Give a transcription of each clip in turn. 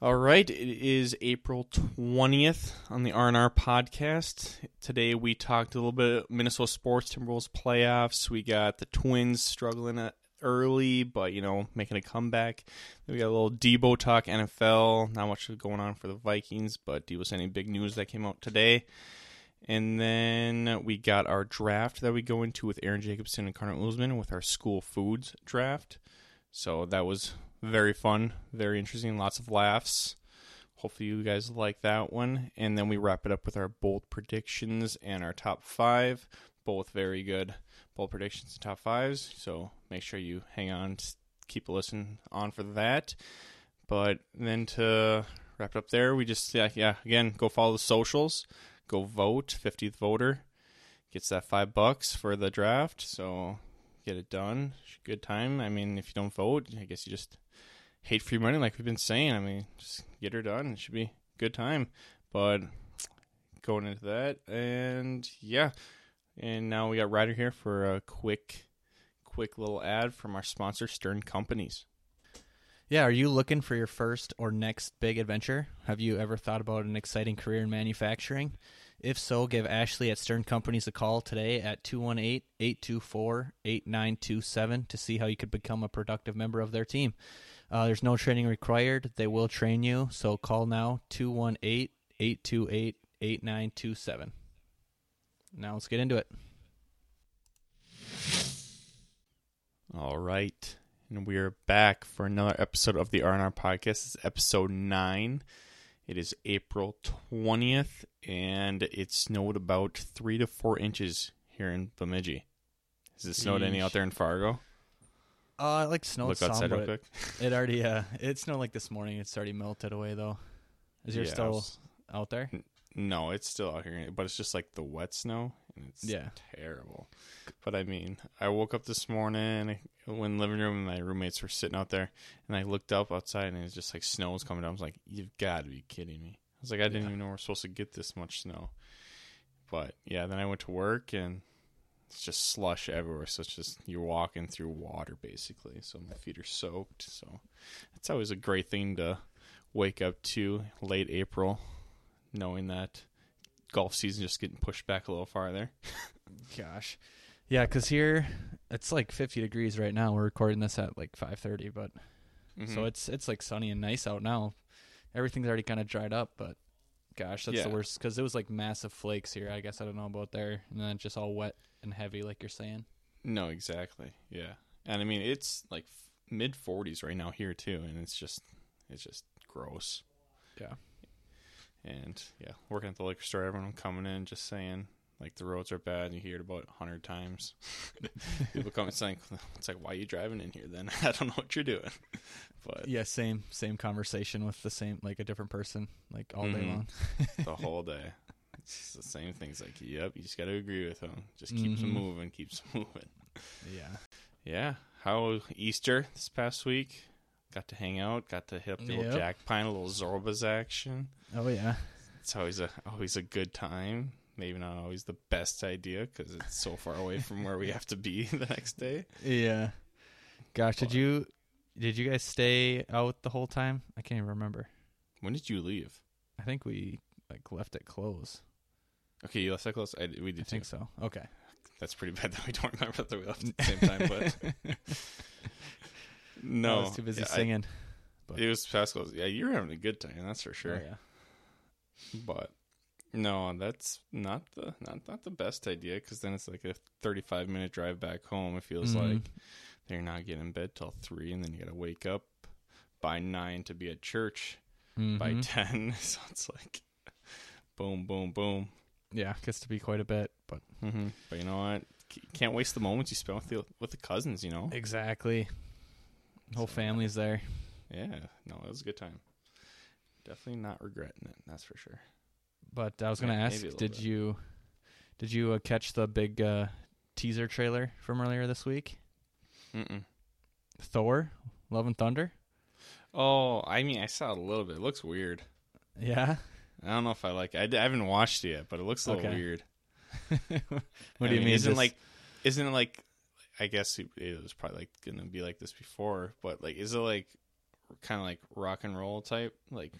All right, it is April 20th on the R&R podcast. Today we talked a little bit of Minnesota sports, Timberwolves playoffs. We got the Twins struggling uh, early, but, you know, making a comeback. Then we got a little Debo talk, NFL. Not much going on for the Vikings, but Debo said any big news that came out today. And then we got our draft that we go into with Aaron Jacobson and Connor Usman with our school foods draft. So that was very fun, very interesting, lots of laughs. Hopefully you guys like that one. And then we wrap it up with our bold predictions and our top five. Both very good bold predictions and top fives. So make sure you hang on, s- keep a listen on for that. But then to wrap it up there, we just yeah, yeah again go follow the socials, go vote. Fiftieth voter gets that five bucks for the draft. So get it done. Good time. I mean, if you don't vote, I guess you just hate free money, like we've been saying. I mean, just get her done. It should be a good time. But going into that, and yeah, and now we got Ryder here for a quick, quick little ad from our sponsor, Stern Companies. Yeah, are you looking for your first or next big adventure? Have you ever thought about an exciting career in manufacturing? If so, give Ashley at Stern Companies a call today at 218 824 8927 to see how you could become a productive member of their team. Uh, there's no training required, they will train you, so call now 218 828 8927. Now let's get into it. All right, and we are back for another episode of the R and R podcast. It's episode nine. It is April twentieth, and it snowed about three to four inches here in Bemidji. Has it snowed any Yeesh. out there in Fargo? Uh, like snow Look outside real quick. It already uh it snowed like this morning. It's already melted away though. Is your Yeah, I still was- out there? No, it's still out here, but it's just like the wet snow, and it's Yeah. terrible. But I mean, I woke up this morning when living room and my roommates were sitting out there, and I looked up outside, and it's just like snow was coming down. I was like, "You've got to be kidding me!" I was like, "I didn't Yeah. even know we're supposed to get this much snow." But yeah, then I went to work, and it's just slush everywhere. So it's just you're walking through water basically. So my feet are soaked. So it's always a great thing to wake up to late April, knowing that golf season just getting pushed back a little farther. Gosh. Yeah, cuz here it's like 50 degrees right now. We're recording this at like 5:30, but so it's it's like sunny and nice out now. Everything's already kind of dried up, but gosh, that's the Yeah. worst cuz it was like massive flakes here. I guess I don't know about there. And then it's just all wet and heavy like you're saying. no, exactly, yeah. And I mean, it's like mid 40s right now here too, and it's just it's just gross. Yeah. And yeah, working at the liquor store, everyone coming in just saying like the roads are bad. And you hear it about a hundred times. People coming saying, "It's like why are you driving in here?" Then I don't know what you're doing. But Uh, Yeah, same same conversation with the same like a different person like all day Mhm. long. the whole day. It's the same things like, yep, you just got to agree with them. Just keeps 'em Mhm. moving, keeps 'em moving. Yeah. Yeah. How Easter this past week? Got to hang out. Got to hit up the Yep. little Jack Pine, a little Zorba's action. Oh yeah. It's always a always a good time. Maybe not always the best idea because it's so far away from where we have to be the next day. Yeah. Gosh, But- did you did you guys stay out the whole time? I can't even remember. When did you leave? I think we like left it close. Okay, you left that close. I, we I did too. think so. Okay. That's pretty bad that we don't remember that we left at the same time. But no, I was too busy Yeah, I- singing. it was past close. Yeah, you were having a good time. That's for sure. Oh, yeah. But no, that's not the not not the best idea because then it's like a thirty five minute drive back home. It feels Mhm. like they're not getting in bed till three, and then you got to wake up by nine to be at church by Mhm. ten. So it's like boom, boom, boom. yeah, gets to be quite a bit, but hmm But you know what? C- Can't waste the moments you spend with the with the cousins. You know? exactly. Whole So- family's there. Yeah. No, it was a good time. Definitely not regretting it. That's for sure. But I was gonna Yeah, maybe a ask, little did bit. you did you uh, catch the big uh, teaser trailer from earlier this week? Mm-mm. Thor, Love and Thunder. Oh, I mean, I saw it a little bit. It looks weird. Yeah. I don't know if I like. It. I, d- I haven't watched it yet, but it looks a little Okay. weird. what I do you mean? Isn't just- like, isn't it like? I guess it, it was probably like gonna be like this before, but like, is it like kind of like rock and roll type, like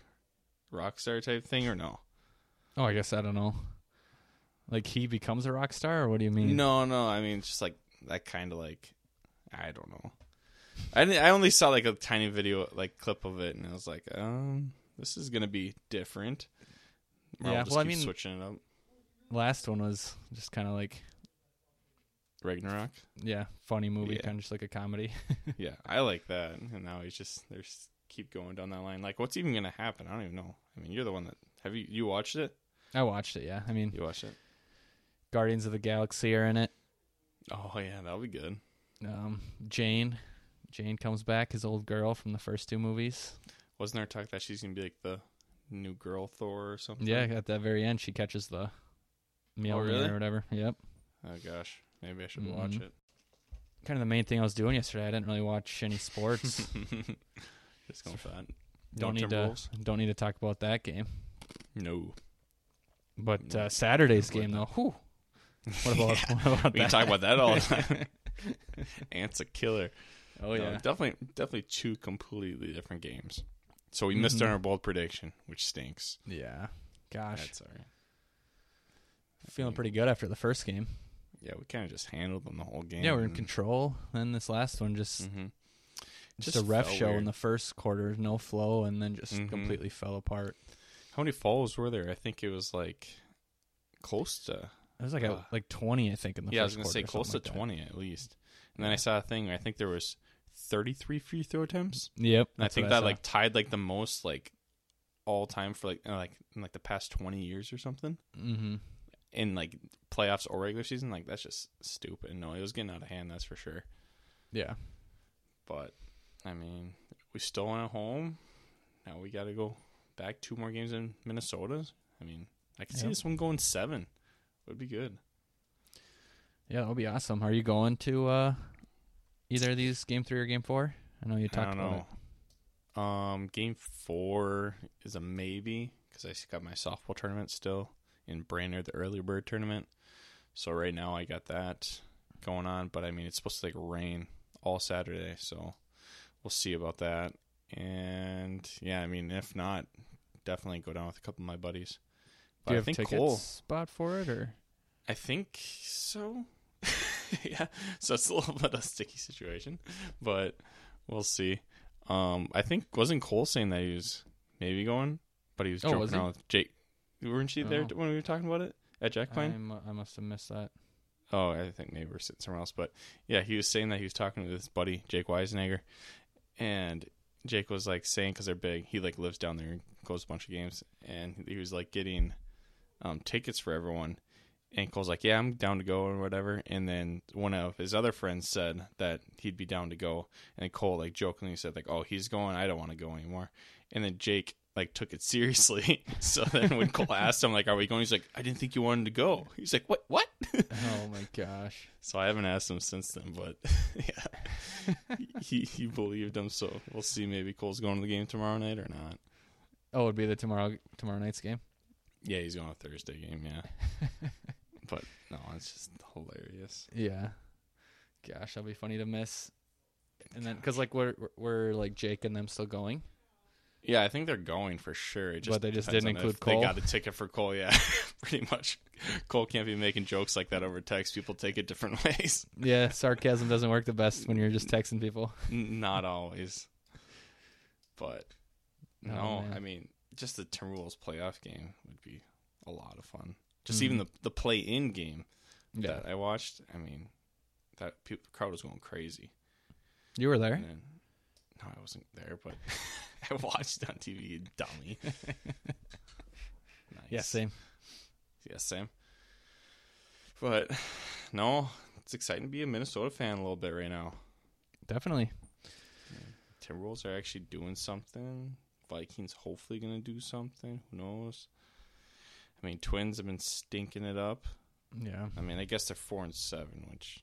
rock star type thing, or no? Oh, I guess I don't know. Like he becomes a rock star, or what do you mean? No, no. I mean, it's just like that kind of like I don't know. I didn't- I only saw like a tiny video like clip of it, and I was like, um, this is gonna be different. Or I'll Yeah, just well, I keep mean- switching it up. Last one was just kind of like Ragnarok. yeah, funny movie, Yeah. kind of just like a comedy. yeah, I like that. And now he's just there's keep going down that line. Like, what's even gonna happen? I don't even know. I mean, you're the one that have you you watched it? I watched it. Yeah, I mean You watched it? Guardians of the Galaxy are in it. Oh yeah, that'll be good. Um, Jane, Jane comes back, his old girl from the first two movies. Wasn't there talk that she's gonna be like the new girl Thor or something? Yeah, at that very end, she catches the Mjolnir really? or whatever. Yep. Oh gosh, maybe I should watch Mhm. it. Kind of the main thing I was doing yesterday. I didn't really watch any sports. Just going for that. No don't need to. Timberwolves? Don't need to talk about that game. No. But No, uh, Saturday's don't game though. like Whew. What about, what about We can that? talk about that all the time. Ant's a killer. oh No, yeah. definitely, definitely two completely different games. So we missed on Mhm. our bold prediction, which stinks. yeah. Gosh, That's all right. feeling pretty good after the first game. Yeah, we kind of just handled them the whole game. Yeah, we're in and- control. Then this last one just Mhm. just, Just a ref felt show in weird. the first quarter, no flow, and then just Mhm. completely fell apart. How many falls were there? I think it was like close to. It was like Uh, a, like twenty, I think, in the yeah, I was first gonna say quarter or close to something like that. twenty at least. And then I saw a thing. I think there was thirty-three free throw attempts. Yep, And I that's what think that saw. like tied like the most like all time for like in, like in, like the past twenty years or something Mhm. in like playoffs or regular season. Like that's just stupid. No, it was getting out of hand. That's for sure. Yeah, But I mean, we still went at home. Now we got to go back two more games in Minnesota. I mean, I can see Yep. this one going seven. Would be good. yeah, that would be awesome. Are you going to uh, either of these game three or game four? I know you I talked don't about know. Um, game four is a maybe because I s- got my softball tournament still in Brainerd, the early bird tournament. So right now I got that going on, but I mean it's supposed to like rain all Saturday, so we'll see about that. And yeah, I mean if not, definitely go down with a couple of my buddies. it. But Do you I have think tickets Cole, spot for it or? I think so. yeah, so it's a little bit of a sticky situation, but we'll see. Um, I think wasn't Cole saying that he was maybe going, but he was Oh, joking was he? around with Jake. Weren't you there Oh. when we were talking about it at Jack I, Pine? mu- I must have missed that. Oh, I think maybe we're sitting somewhere else. But yeah, he was saying that he was talking to his buddy Jake Weisenegger, and Jake was like saying because they're big, he like lives down there and goes a bunch of games, and he was like getting um, tickets for everyone. And Cole's like, "Yeah, I'm down to go or whatever." And then one of his other friends said that he'd be down to go, and then Cole like jokingly said like, "Oh, he's going. I don't want to go anymore." And then Jake like took it seriously. so then when Cole asked him like, "Are we going?" He's like, "I didn't think you wanted to go." He's like, "What? What?" Oh my gosh. So I haven't asked him since then, but yeah, he he believed him. So we'll see. Maybe Cole's going to the game tomorrow night or not. Oh, it'd be the tomorrow tomorrow night's game. Yeah, he's going to Thursday game. Yeah, but no, it's just hilarious. Yeah. Gosh, that'll be funny to miss. And then, because like we're we're like Jake and them still going. Yeah, I think they're going for sure. It just But they just depends didn't on if include Cole? They got a ticket for Cole. Yeah, pretty much. Cole can't be making jokes like that over text. People take it different ways. Yeah, sarcasm doesn't work the best when you're just texting people. N- not always. But Oh, no, man. I mean, just the Timberwolves playoff game would be a lot of fun. Mm-hmm. Just even the the play in game that I watched. I mean, that people, the crowd was going crazy. you were there. And then, no, I wasn't there, but I watched it on TV. You dummy. nice. Yeah, same. Yeah, same. But no, it's exciting to be a Minnesota fan a little bit right now. Definitely. Timberwolves are actually doing something. Vikings hopefully going to do something. Who knows? I mean, Twins have been stinking it up. Yeah. I mean, I guess they're four and seven, which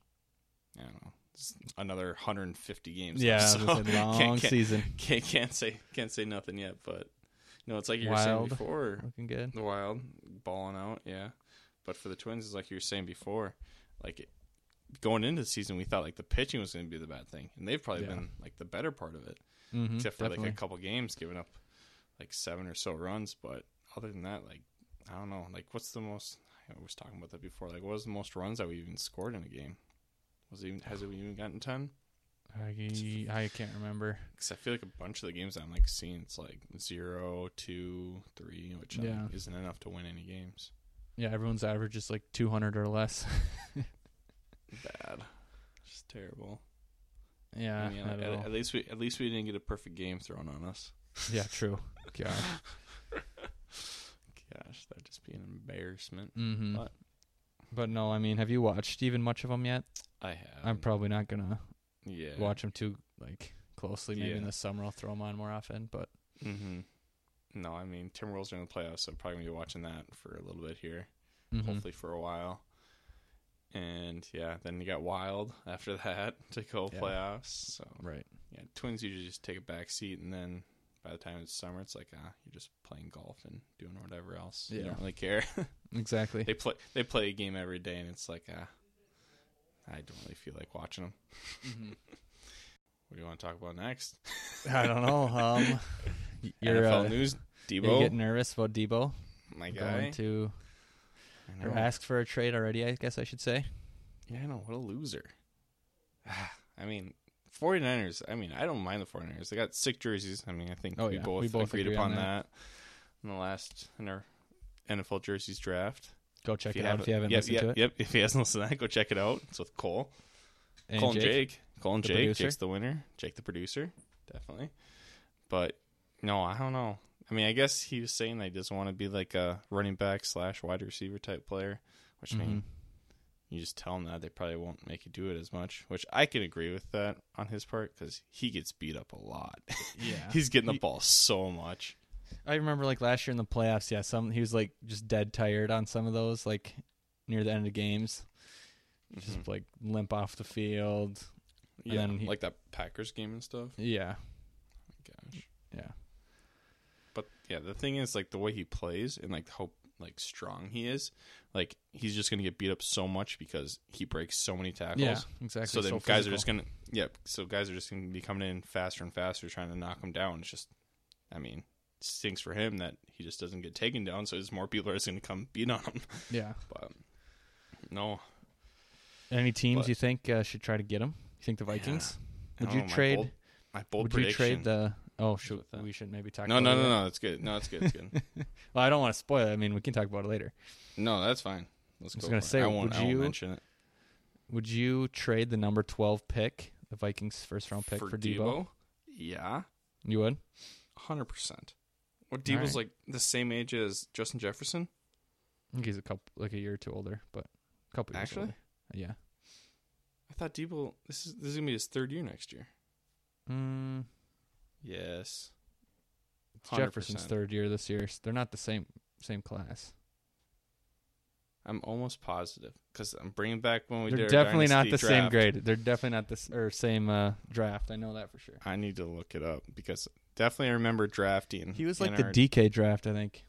I don't know. It's another 150 games. Yeah, left, it was so a long can't, can't, season. can't can't say can't say nothing yet. But no, it's like you were saying Wild. before. Looking good. The Wild balling out, yeah. But for the Twins, it's like you were saying before, like it, going into the season, we thought like the pitching was going to be the bad thing, and they've probably Yeah. been like the better part of it. Mhm, except for definitely. like a couple games, giving up like seven or so runs. But other than that, like I don't know, like what's the most? I was talking about that before. Like, what was the most runs that we even scored in a game? Was it even has it even gotten ten? I, I can't remember. Because I feel like a bunch of the games that I'm like seeing, it's like zero, two, three, which like, Yeah. isn't enough to win any games. Yeah, everyone's average is like 200 or less. Bad, just terrible. yeah, I mean, not at, at all. at least we at least we didn't get a perfect game thrown on us. yeah, true. God. Gosh, that'd just be an embarrassment. Mm-hmm. But- But no, I mean, have you watched even much of them yet? I have. I'm probably not gonna Mm. yeah. watch them too like closely. Maybe in Yeah. the summer I'll throw them on more often. But Mm-hmm. No, I mean Timberwolves are in the playoffs, so probably gonna be watching that for a little bit here, Mhm. hopefully for a while. And yeah, then you got Wild after that to go Yeah. playoffs. So Mm-hmm. right? yeah, Twins usually just take a back seat, and then by the time it's summer, it's like ah, you're just playing golf and doing whatever else. You Yeah. don't really care. Exactly. they play they play a game every day, and it's like ah, I don't really feel like watching them. Mm-hmm. What do you want to talk about next? I don't know. Um, y- you're, NFL uh, news. you're Debo, getting nervous about Debo my guy. going to I or know. asked for a trade already. I guess I should say. Yeah, I know. What a loser. Ah, I mean, 49ers. I mean, I don't mind the 49ers. They got sick jerseys. I mean, I think Oh, we, yeah. both We both agreed agree upon on that. in the last in our NFL jerseys draft. Go check If you it out if you haven't yep, listened yep, to it. Yep, if he hasn't listened to that, go check it out. It's with Cole. And Cole and Jake. Cole and the Jake. producer. Jake's the winner. Jake the producer, definitely. But no, I don't know. I mean, I guess he was saying that he doesn't want to be like a running back slash wide receiver type player, which I mean, Mhm. you just tell them that they probably won't make you do it as much, which I can agree with that on his part because he gets beat up a lot. Yeah. He's getting the He- ball so much. I remember like last year in the playoffs, yeah, some he was like just dead tired on some of those, like near the end of games. Just Mhm. like limp off the field. and yeah, then he- like that Packers game and stuff. Yeah. Gosh, Yeah. but yeah, the thing is like the way he plays and like how like strong he is. Like he's just gonna get beat up so much because he breaks so many tackles. Yeah, exactly. so then guys are just gonna yeah, so guys are just gonna be coming in faster and faster trying to knock him down. It's just I mean, stinks for him that he just doesn't get taken down, so there's more people are just gonna come beat on him. Yeah. But no. Any teams But- you think uh, should try to get him? You think the Vikings? I Would don't you know, my trade? bold- my bold would prediction. you trade the? Oh, should, with that. we should maybe talk. No, about no, it no, later. no, it's good. No, it's good, it's good. Well, I don't want to spoil it. I mean, we can talk about it later. no, that's fine. Let's I was go. gonna for it. say, I won't, would I won't you- mention it. Would you trade the number twelve pick, the Vikings' first round pick for, Debo? Yeah. You would. Hundred percent. Well All Debo's like the same age as Justin Jefferson. I think he's a couple, like a year or two older, but a couple years Actually? older. Yeah. I thought Debo this is this is gonna be his third year next year. Mm, Yes. it's Jefferson's 100%. third year this year. so They're not the same same class. I'm almost positive because I'm bringing back when we They're did. our definitely not the dynasty same draft. grade. They're definitely not the s- or same uh, draft. I know that for sure. I need to look it up because definitely I remember drafting. He was in like the our- DK draft, I think.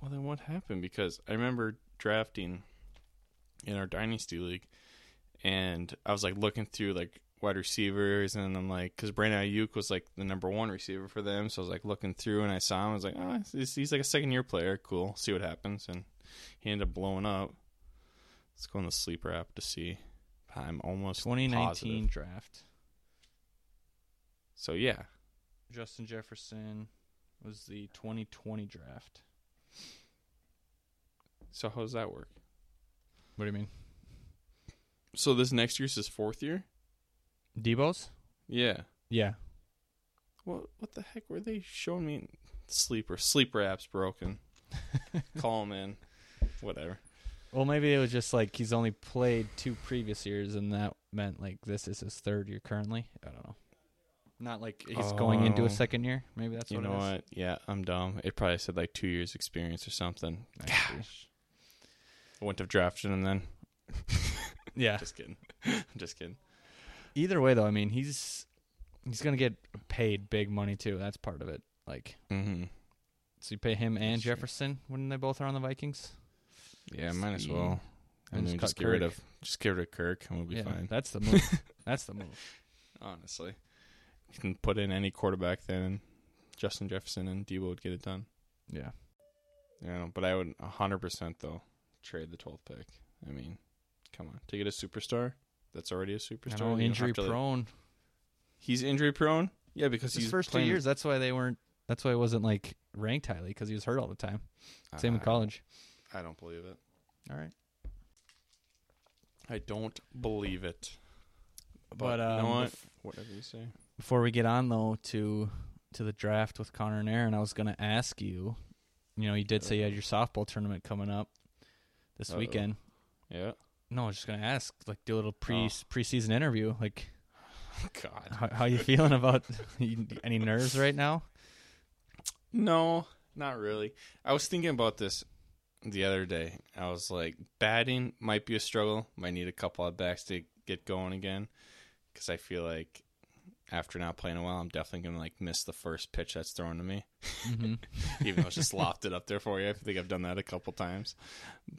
Well, then what happened? Because I remember drafting in our dynasty league, and I was like looking through like wide receivers, and I'm like, because Brandon Ayuk was like the number one receiver for them, so I was like looking through, and I saw him. I was like, oh, he's, he's like a second year player. Cool. See what happens, and he ended up blowing up. Let's go on the sleeper app to see. I'm almost 2019 positive. draft. So yeah, Justin Jefferson was the 2020 draft. so how does that work? What do you mean? So this next year's his fourth year. Debo's? Yeah. Yeah. What what the heck were they showing me? Sleeper sleeper app's broken. Call him in. Whatever. Well, maybe it was just like he's only played two previous years, and that meant like this is his third year currently. I don't know. Not like he's going into Oh. a second year. Maybe that's you what know it is. what? Yeah, I'm dumb. It probably said like two years experience or something. I see. I wouldn't have drafted him then. Yeah. Just kidding. I'm just kidding. Either way, though, I mean he's he's gonna get paid big money too. That's part of it. Like, Mm-hmm. so you pay him and That's true. Jefferson when they both are on the Vikings. Yeah, might as See. well. I And mean, just just cut get rid Kirk. of just get rid of Kirk and we'll be yeah, fine. that's the move. that's the move. Honestly, You can put in any quarterback then. Justin Jefferson and Debo would get it done. Yeah. You know, but I would 100% though trade the 12th pick. I mean, come on. To get a superstar that's already a I superstar. know, you don't injury have to- prone. He's injury prone? Yeah, because His he's first two playing- years, that's why they weren't. That's why it wasn't like ranked highly because he was hurt all the time. Same in I- college. I don't believe it. All right. I don't believe it. But, you um, know what? bef- Whatever you say. before we get on though to to the draft with Connor and Aaron, I was gonna ask you. You know, you did say you had your softball tournament coming up this Uh-oh. weekend. Yeah. No, I was just gonna ask, like, do a little pre Oh. preseason interview. Like, God. how, how you feeling about you- any nerves right now? No, not really. I was thinking about this the other day. I was like, batting might be a struggle. Might need a couple of backs to get going again, because I feel like after not playing a while, I'm definitely gonna like miss the first pitch that's thrown to me. hmm Even though it's just lofted up there for you, I think I've done that a couple times.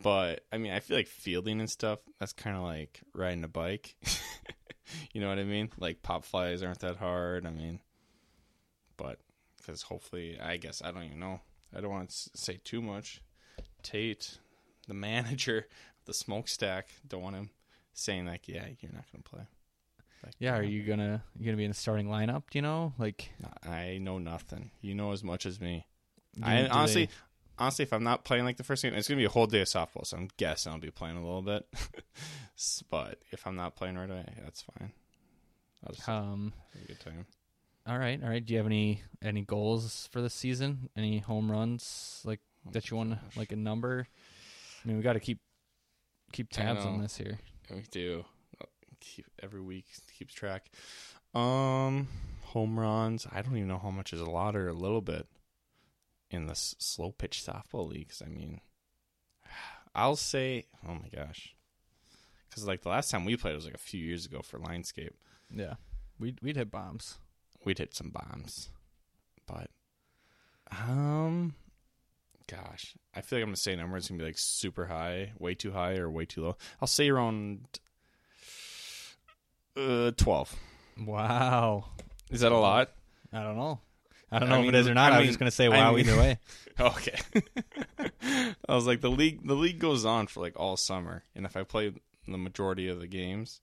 But I mean, I feel like fielding and stuff. That's kind of like riding a bike. you know what I mean? Like pop flies aren't that hard. I mean, but because hopefully, I guess I don't even know. I don't want to say too much. Tate, the manager of the smokestack, don't want him saying like, "Yeah, you're not going to play." Like, Yeah, are you gonna you gonna be in the starting lineup? Do you know, like, I know nothing. You know as much as me. do- I do honestly, they- honestly, if I'm not playing like the first game, it's gonna be a whole day of softball. So I'm guessing I'll be playing a little bit. S- but if I'm not playing right away, that's fine. I'll just have um, a good time. all right, all right. Do you have any any goals for this season? Any home runs like that you want, like a number? I mean, we got to keep keep I tabs on know. this here. we do keep every week keeps track. Um, home runs. I don't even know how much is a lot or a little bit in the s- slow pitch softball leagues. I mean, I'll say, oh my gosh, because like the last time we played was like a few years ago for Linescape. Yeah, we'd we'd hit bombs. we'd hit some bombs. But um gosh. I feel like I'm gonna say a number it's gonna be like super high, way too high or way too low. I'll say around uh twelve. Wow. Is that a lot? I don't know. I don't I know mean, if it is or not. I, I was mean- just gonna say I wow mean- either way. Oh, Okay. I was like the league the league goes on for like all summer and if I play the majority of the games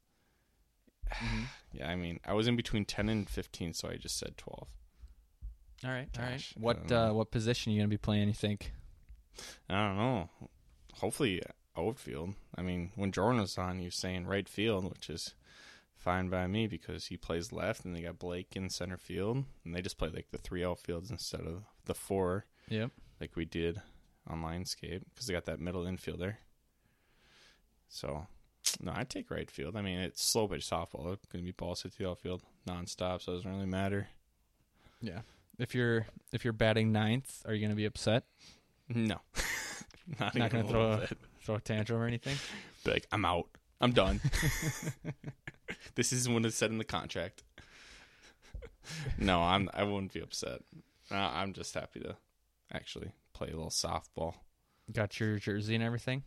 yeah, I mean I was in between ten and fifteen, so I just said twelve. All right, all right. Gosh, I What don't know. uh, what position are you gonna be playing? You think? I don't know. Hopefully, outfield. I mean, when Jordan was on, he was saying right field, which is fine by me because he plays left, and they got Blake in center field, and they just play like the three outfields instead of the four Yep. like we did on Lionscape because they got that middle infielder. So, no, I take right field. I mean, it's slow pitch softball. It's gonna be balls hit the outfield nonstop, so it doesn't really matter. Yeah. If you're if you're batting ninth, are you gonna be upset? No, not, Not even gonna a throw little a bit. throw a tantrum or anything? be like, I'm out. I'm done. this isn't what it said in the contract. no, I'm. I wouldn't be upset. Uh, I'm just happy to actually play a little softball. Got your jersey and everything.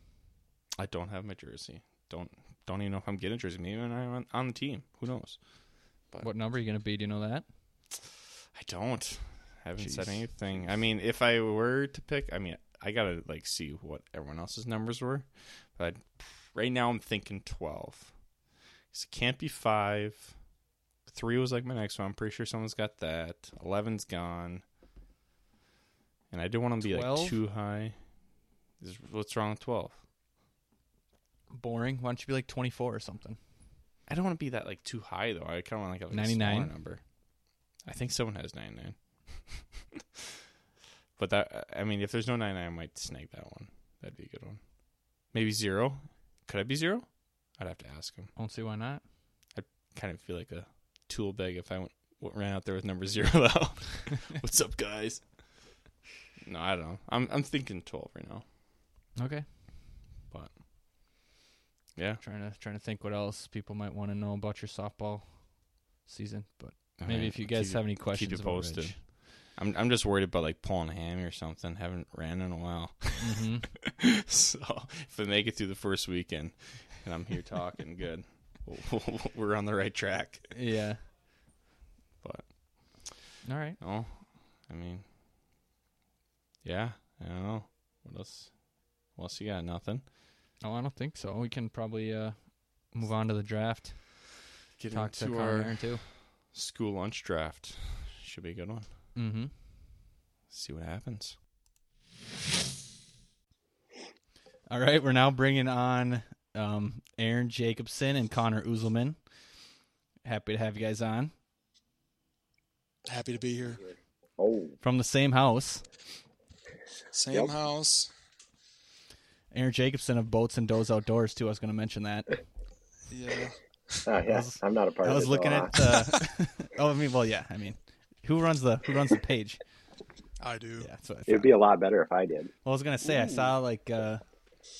I don't have my jersey. Don't don't even know if I'm getting a jersey. Maybe I'm on, on the team. Who knows? What number are you gonna be? Do you know that? I don't. haven't said Jeez. anything. I mean, if I were to pick, I mean, I gotta like see what everyone else's numbers were. But right now, I'm thinking twelve. 'Cause it can't be five. Three was like my next one. I'm pretty sure someone's got that. Eleven's gone. And I didn't want to be like 12? too high. Is- What's wrong with twelve? Boring. Why don't you be like 24 or something? I don't want to be that like too high though. I kind of want like a like, 99? smaller number. I think someone has 99. but that I mean if there's no 99 I might snag that one. That'd be a good one. Maybe 0? Could I be 0? I'd have to ask him. I don't see why not. Kind of feel like a tool bag if I went, went ran out there with number 0 though. What's up guys? No, I don't know. I'm I'm thinking 12 right now. Okay. Yeah. Trying to trying to think what else people might want to know about your softball season, but All maybe right, if you I'll guys keep have you- any keep questions, you about posted. Rich. I'm I'm just worried about like pulling a hammy or something. Haven't ran in a while. Mhm. so if I make it through the first weekend and I'm here talking good, we're on the right track. Yeah. But All right. No, Oh, I mean, yeah, I don't know. What else? What else you got? Nothing. No, Oh, I don't think so. We can probably uh, move on to the draft. Get Talk to Connor Aaron too. school lunch draft. Should be a good one. Mm-hmm. See what happens. All right, we're now bringing on um, Aaron Jacobson and Connor Uzelman. Happy to have you guys on Happy to be here. Oh, from the same house. Same Yep. house. Aaron Jacobson of Boats and Does Outdoors too. I was going to mention that. Yeah. uh, yeah, was- I'm not a part I of was this looking at all, at. Uh, oh, I mean, well, yeah. I mean, who runs the who runs the page? I do. Yeah, that's what I It would thought. be a lot better if I did. Well, I was gonna say I saw like uh,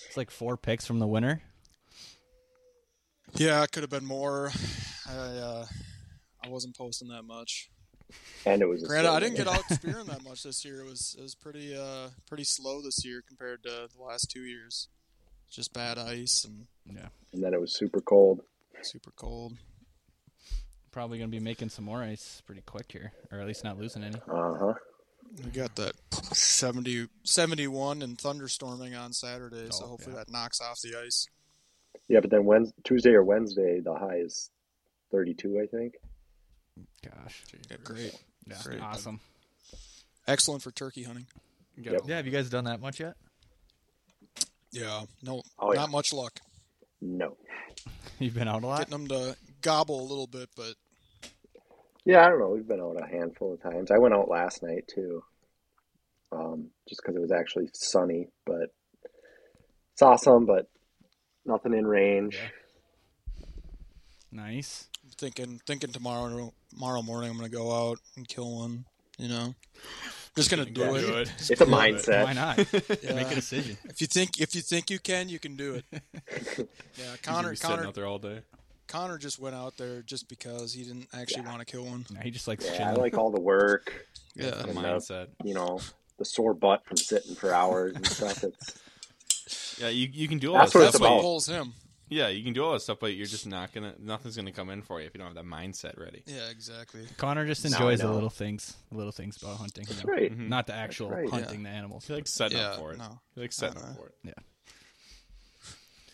it's like four picks from the winner. Yeah, it could have been more. I uh, I wasn't posting that much. And it was. a Granted, I didn't statement. get out spearing that much this year. It was it was pretty uh pretty slow this year compared to the last two years. Just bad ice and And then it was super cold. super cold. Probably gonna be making some more ice pretty quick here, or at least not losing any. Uh huh. We got that 70, 71 and thunderstorming on Saturday, so Oh, hopefully yeah. that knocks off the ice. Yeah, but then Wednesday, Tuesday or Wednesday, the high is 32, I think. Gosh, Yeah, great. yeah, Great. awesome. Excellent for turkey hunting. Got Yep. Yeah, have you guys done that much yet? Yeah. No, Oh, yeah. not much luck. No. You've been out a lot. Getting them to gobble a little bit, but Yeah, I don't know. We've been out a handful of times. I went out last night too, um, just because it was actually sunny. But it's awesome, but nothing in range. Yeah. Nice. thinking thinking tomorrow tomorrow morning I'm gonna go out and kill one. You know, just gonna do Yeah, it. It's a Cool. mindset. Why not? Make a decision. If you think if you think you can, you can do it. yeah, Connor Connor out there all day. Connor just went out there just because he didn't actually want to kill one. No, he just likes Yeah, I chilling. like all the work. Yeah, And the- mindset. You know, the sore butt from sitting for hours and stuff. It's Yeah, you, you can do all That's that what it's that's stuff. but what about. pulls him. you- yeah, you can do all that stuff, but you're just not gonna. Nothing's gonna come in for you if you don't have that mindset ready. Yeah, exactly. Connor just No, enjoys the no. little things, the little things about hunting. you that's know? right. Mhm. Not the actual right. hunting the animals. He likes setting Yeah, up for it. no. He likes setting up Uh-uh. for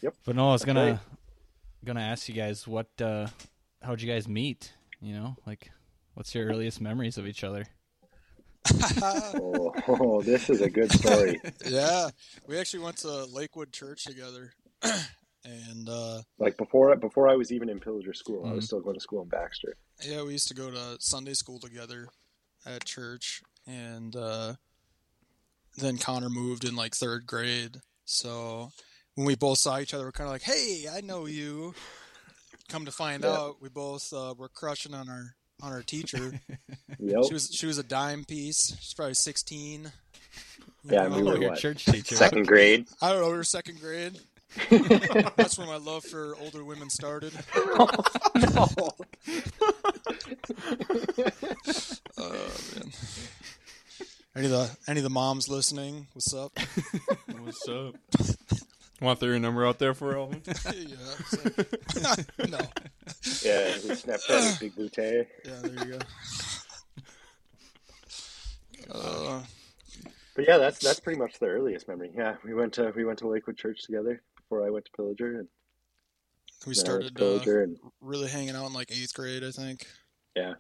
it. But no, I was That's gonna right. gonna ask you guys what uh how'd you guys meet? You know, like what's your earliest memories of each other? Oh, oh, this is a good story. Uh, yeah, we actually went to Lakewood Church together, and uh, like before, before I was even in Pillager School, I Mhm. Mm-hmm. was still going to school in Baxter. Yeah, we used to go to Sunday school together at church, and uh, then Connor moved in like third grade. So when we both saw each other, we're kind of like, "Hey, I know you." Come to find Yeah. out, we both uh, were crushing on our on our teacher. Yep. she was she was a dime piece. She's probably sixteen. You Yeah, I know? mean, we Oh, were your what? church teacher. Second grade. I don't know. We were second grade. That's where my love for older women started. Oh man. Any of the any of the moms listening? What's up? What's up? Want their number out there for Elvin? yeah. it's like- no. Yeah, we snapped out his big bootay. Yeah, there you go. Uh, But yeah, that's that's pretty much the earliest memory. Yeah, we went to we went to Lakewood Church together before I went to Pillager, and we then I went to started uh, Pillager, and really hanging out in like eighth grade, I think. Yeah.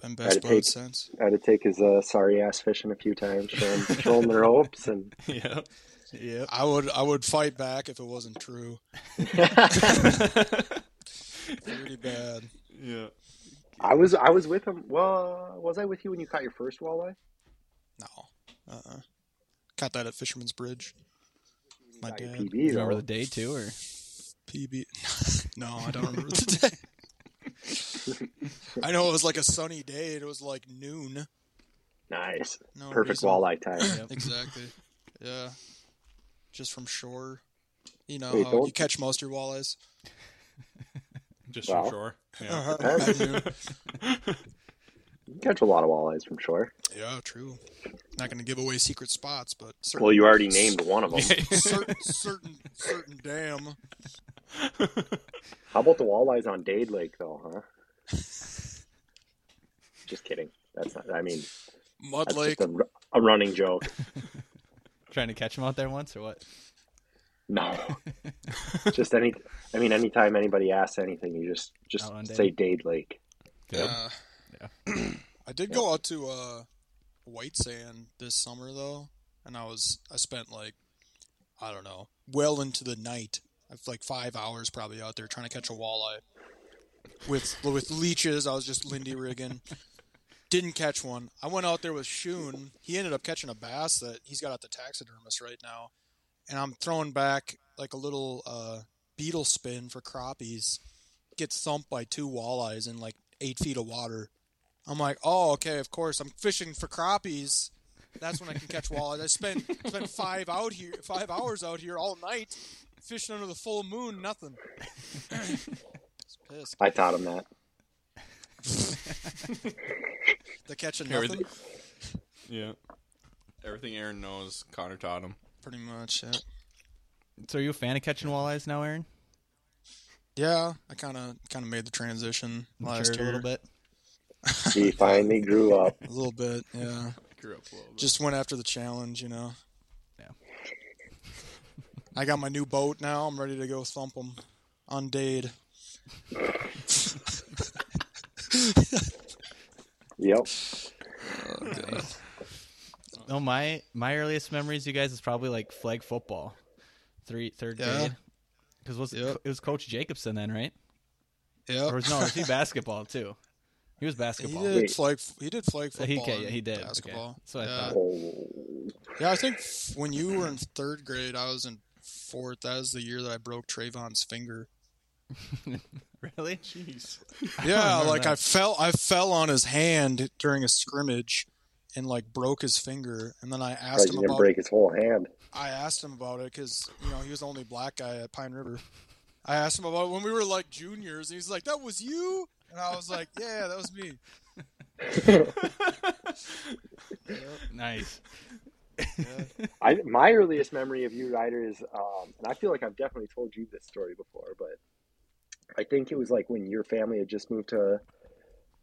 Been Had to best bud take- since. I had to take his uh, sorry ass fishing a few times, show him, show him the ropes, and yeah. Yep. I would I would fight back if it wasn't true. Pretty bad. Yeah. I was I was with him. Well, was I with you when you caught your first walleye? No. Uh. uh Caught that at Fisherman's Bridge. My Got your dad. PB, You though. remember the day too or PB. no, I don't remember the day. I know it was like a sunny day. and It was like noon. nice, No perfect reason. walleye time. Exactly. Yeah. Just from shore. You know, Hey, how don't- you catch most of your walleyes. Just Well. for sure. Yeah. Uh-huh. Depends. You catch a lot of walleyes from shore. yeah, true. Not going to give away secret spots, but certain, Well, you already named one of them. certain, certain, certain dam. How about the walleyes on Dade Lake, though? Huh? Just kidding. That's not. I mean, Mud that's Lake. just a, ru- a running joke. Trying to catch him out there once or what? No, just any. I mean, anytime anybody asks anything, you just just Out on Dade. say Dade Lake. Yeah. Yeah. Uh, I did go out to uh, White Sand this summer though, and I was I spent like I don't know, well into the night. I've like five hours probably out there trying to catch a walleye. With with leeches, I was just Lindy rigging. Didn't catch one. I went out there with Shun. He ended up catching a bass that he's got at the taxidermist right now. And I'm throwing back like a little uh, beetle spin for crappies. Gets thumped by two walleyes in like eight feet of water. I'm like, oh, okay, of course. I'm fishing for crappies. That's when I can catch walleyes. I spent spent five out here, five hours out here all night, fishing under the full moon. Nothing. It's pissed. I taught him that. The catching Here, nothing. Yeah. Everything Aaron knows, Connor taught him. Pretty much. Yeah. So are you a fan of catching walleyes now, Aaron? Yeah, I kind of kind of made the transition last Matured year a little bit. He finally grew up. A little bit. Yeah. I grew up a little bit. Just went after the challenge, you know. Yeah. I got my new boat now. I'm ready to go thump them on Dade. Yep. No, my my earliest memories, you guys, is probably like flag football, three third Yeah. grade. Because was Yep. it was Coach Jacobson then, right? Yeah. Or was no, was he basketball too? Oh. He was He basketball. did Wait. flag. He did flag Uh, football. he ca- and he did, okay. basketball. That's what I yeah. thought. Oh, yeah, I think when you were in third grade, I was in fourth. That was the year that I broke Trayvon's finger. Really? Jeez. Yeah, remember like that. I fell. I fell on his hand during a scrimmage, and like broke his finger. And then I surprised asked you him didn't about. break his whole hand. I asked him about it because you know he was the only black guy at Pine River. I asked him about it when we were like juniors, and he's like, "That was you," and I was like, "Yeah, that was me." Nice. I my earliest memory of you, Ryder, is um, and I feel like I've definitely told you this story before, but I think it was like when your family had just moved to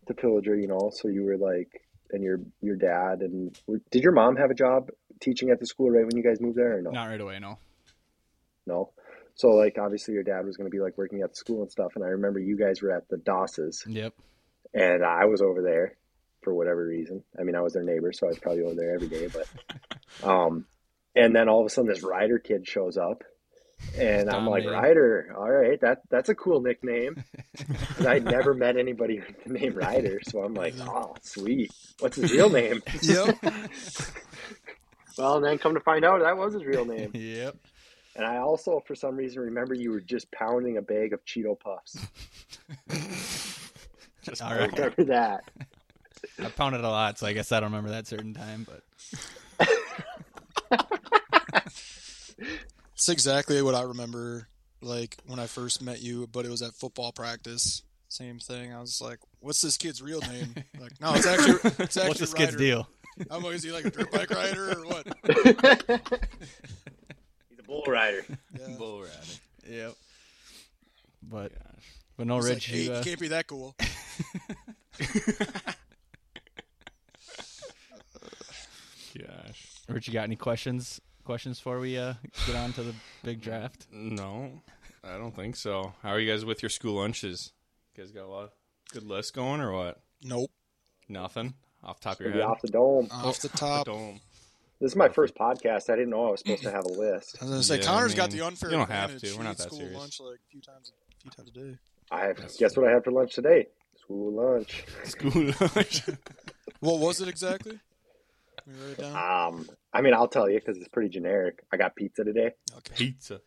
to Pillager, you know, so you were like, and your your dad and did your mom have a job teaching at the school right when you guys moved there or no? Not right away, no. No. So like obviously your dad was going to be like working at the school and stuff, and I remember you guys were at the Dosses, Yep. and I was over there for whatever reason. I mean, I was their neighbor, so I was probably over there every day. But, um, and then all of a sudden, this Ryder kid shows up, and I'm like, Dominating. Ryder, all right, that that's a cool nickname. and I'd never met anybody with the name Ryder, so I'm like, oh, sweet. What's his real name? Yep. well, and then come to find out, that was his real name. Yep. And I also, for some reason, remember you were just pounding a bag of Cheeto Puffs. Just All I right. remember that. I pounded a lot, so I guess I don't remember that certain time, but It's exactly what I remember, like when I first met you, but it was at football practice. Same thing. I was like, "What's this kid's real name?" Like, no, it's actually it's actually what's this Ryder. kid's deal? I'm like, is he like a dirt bike rider or what? He's a bull rider. Yeah. bull riding. Yep. But but no, He's like, Rich, "Hey, you, you uh, can't be that cool. Gosh. Rich, you got any questions? Questions before we uh, get on to the big draft? No, I don't think so. How are you guys with your school lunches? You guys got a lot good list going or what? Nope. Nothing? Off top of your Maybe head? off the dome. Oh, Off the top. I Dome. This is my first podcast. I didn't know I was supposed to have a list. was gonna say Yeah, I Connor's got mean, the unfair you don't have advantage. to. We're not He eats that school serious. lunch like a few times a few times a day. I have, guess what I had for lunch today? School lunch. School lunch. What was it exactly? Let me write it down. Um, I mean, I'll tell you because it's pretty generic. I got pizza today. Okay. Pizza.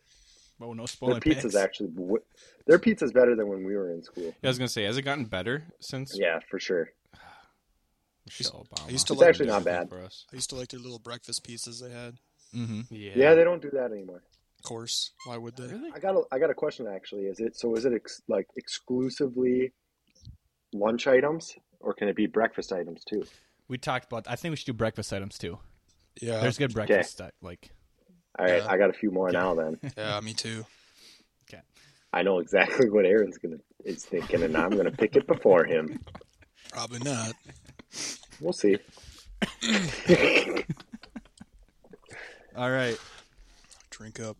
Oh, no Their spoiler pizza's picks. actually w- their pizza's better than when we were in school. Yeah, I was going to say, has it gotten better since Yeah, for sure. Michelle Obama? I used to It's like actually not Everything bad. For us. I used to like their little breakfast pizzas they had. Mm-hmm. Yeah. Yeah, they don't do that anymore. Of course. Why would they? Really? I got a, I got a question actually. Is it so? Is it ex- like exclusively lunch items, or can it be breakfast items too? We talked about. I think we should do breakfast items too. Oh, Yeah. There's good breakfast stuff. Like, All right, Yeah. I got a few more now. Then yeah, me too. I know exactly what Aaron's gonna is thinking, and I'm gonna pick it before him. Probably not. We'll see. All right. Drink up.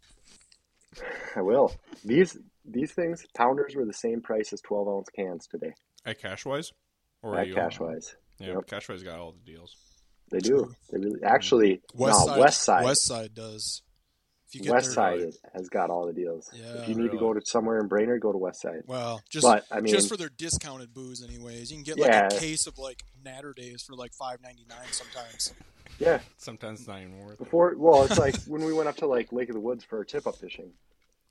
I will. These these things, pounders were the same price as twelve ounce cans today. At Cashwise? Or at cash wise. Yeah, Yep. Cashwise got all the deals. They do. They really actually Mm. West no, side. West Side. West Side does. If you uh, West there Side early- is, has got all the deals. Yeah, if you need to go to somewhere in Brainerd, go to West Side. Well, just but I mean, just for their discounted booze, anyways, you can get like Yeah. a case of like Natter Days for like five ninety nine sometimes. yeah, Sometimes it's not even worth it. before well, it's like when we went up to like Lake of the Woods for tip up fishing.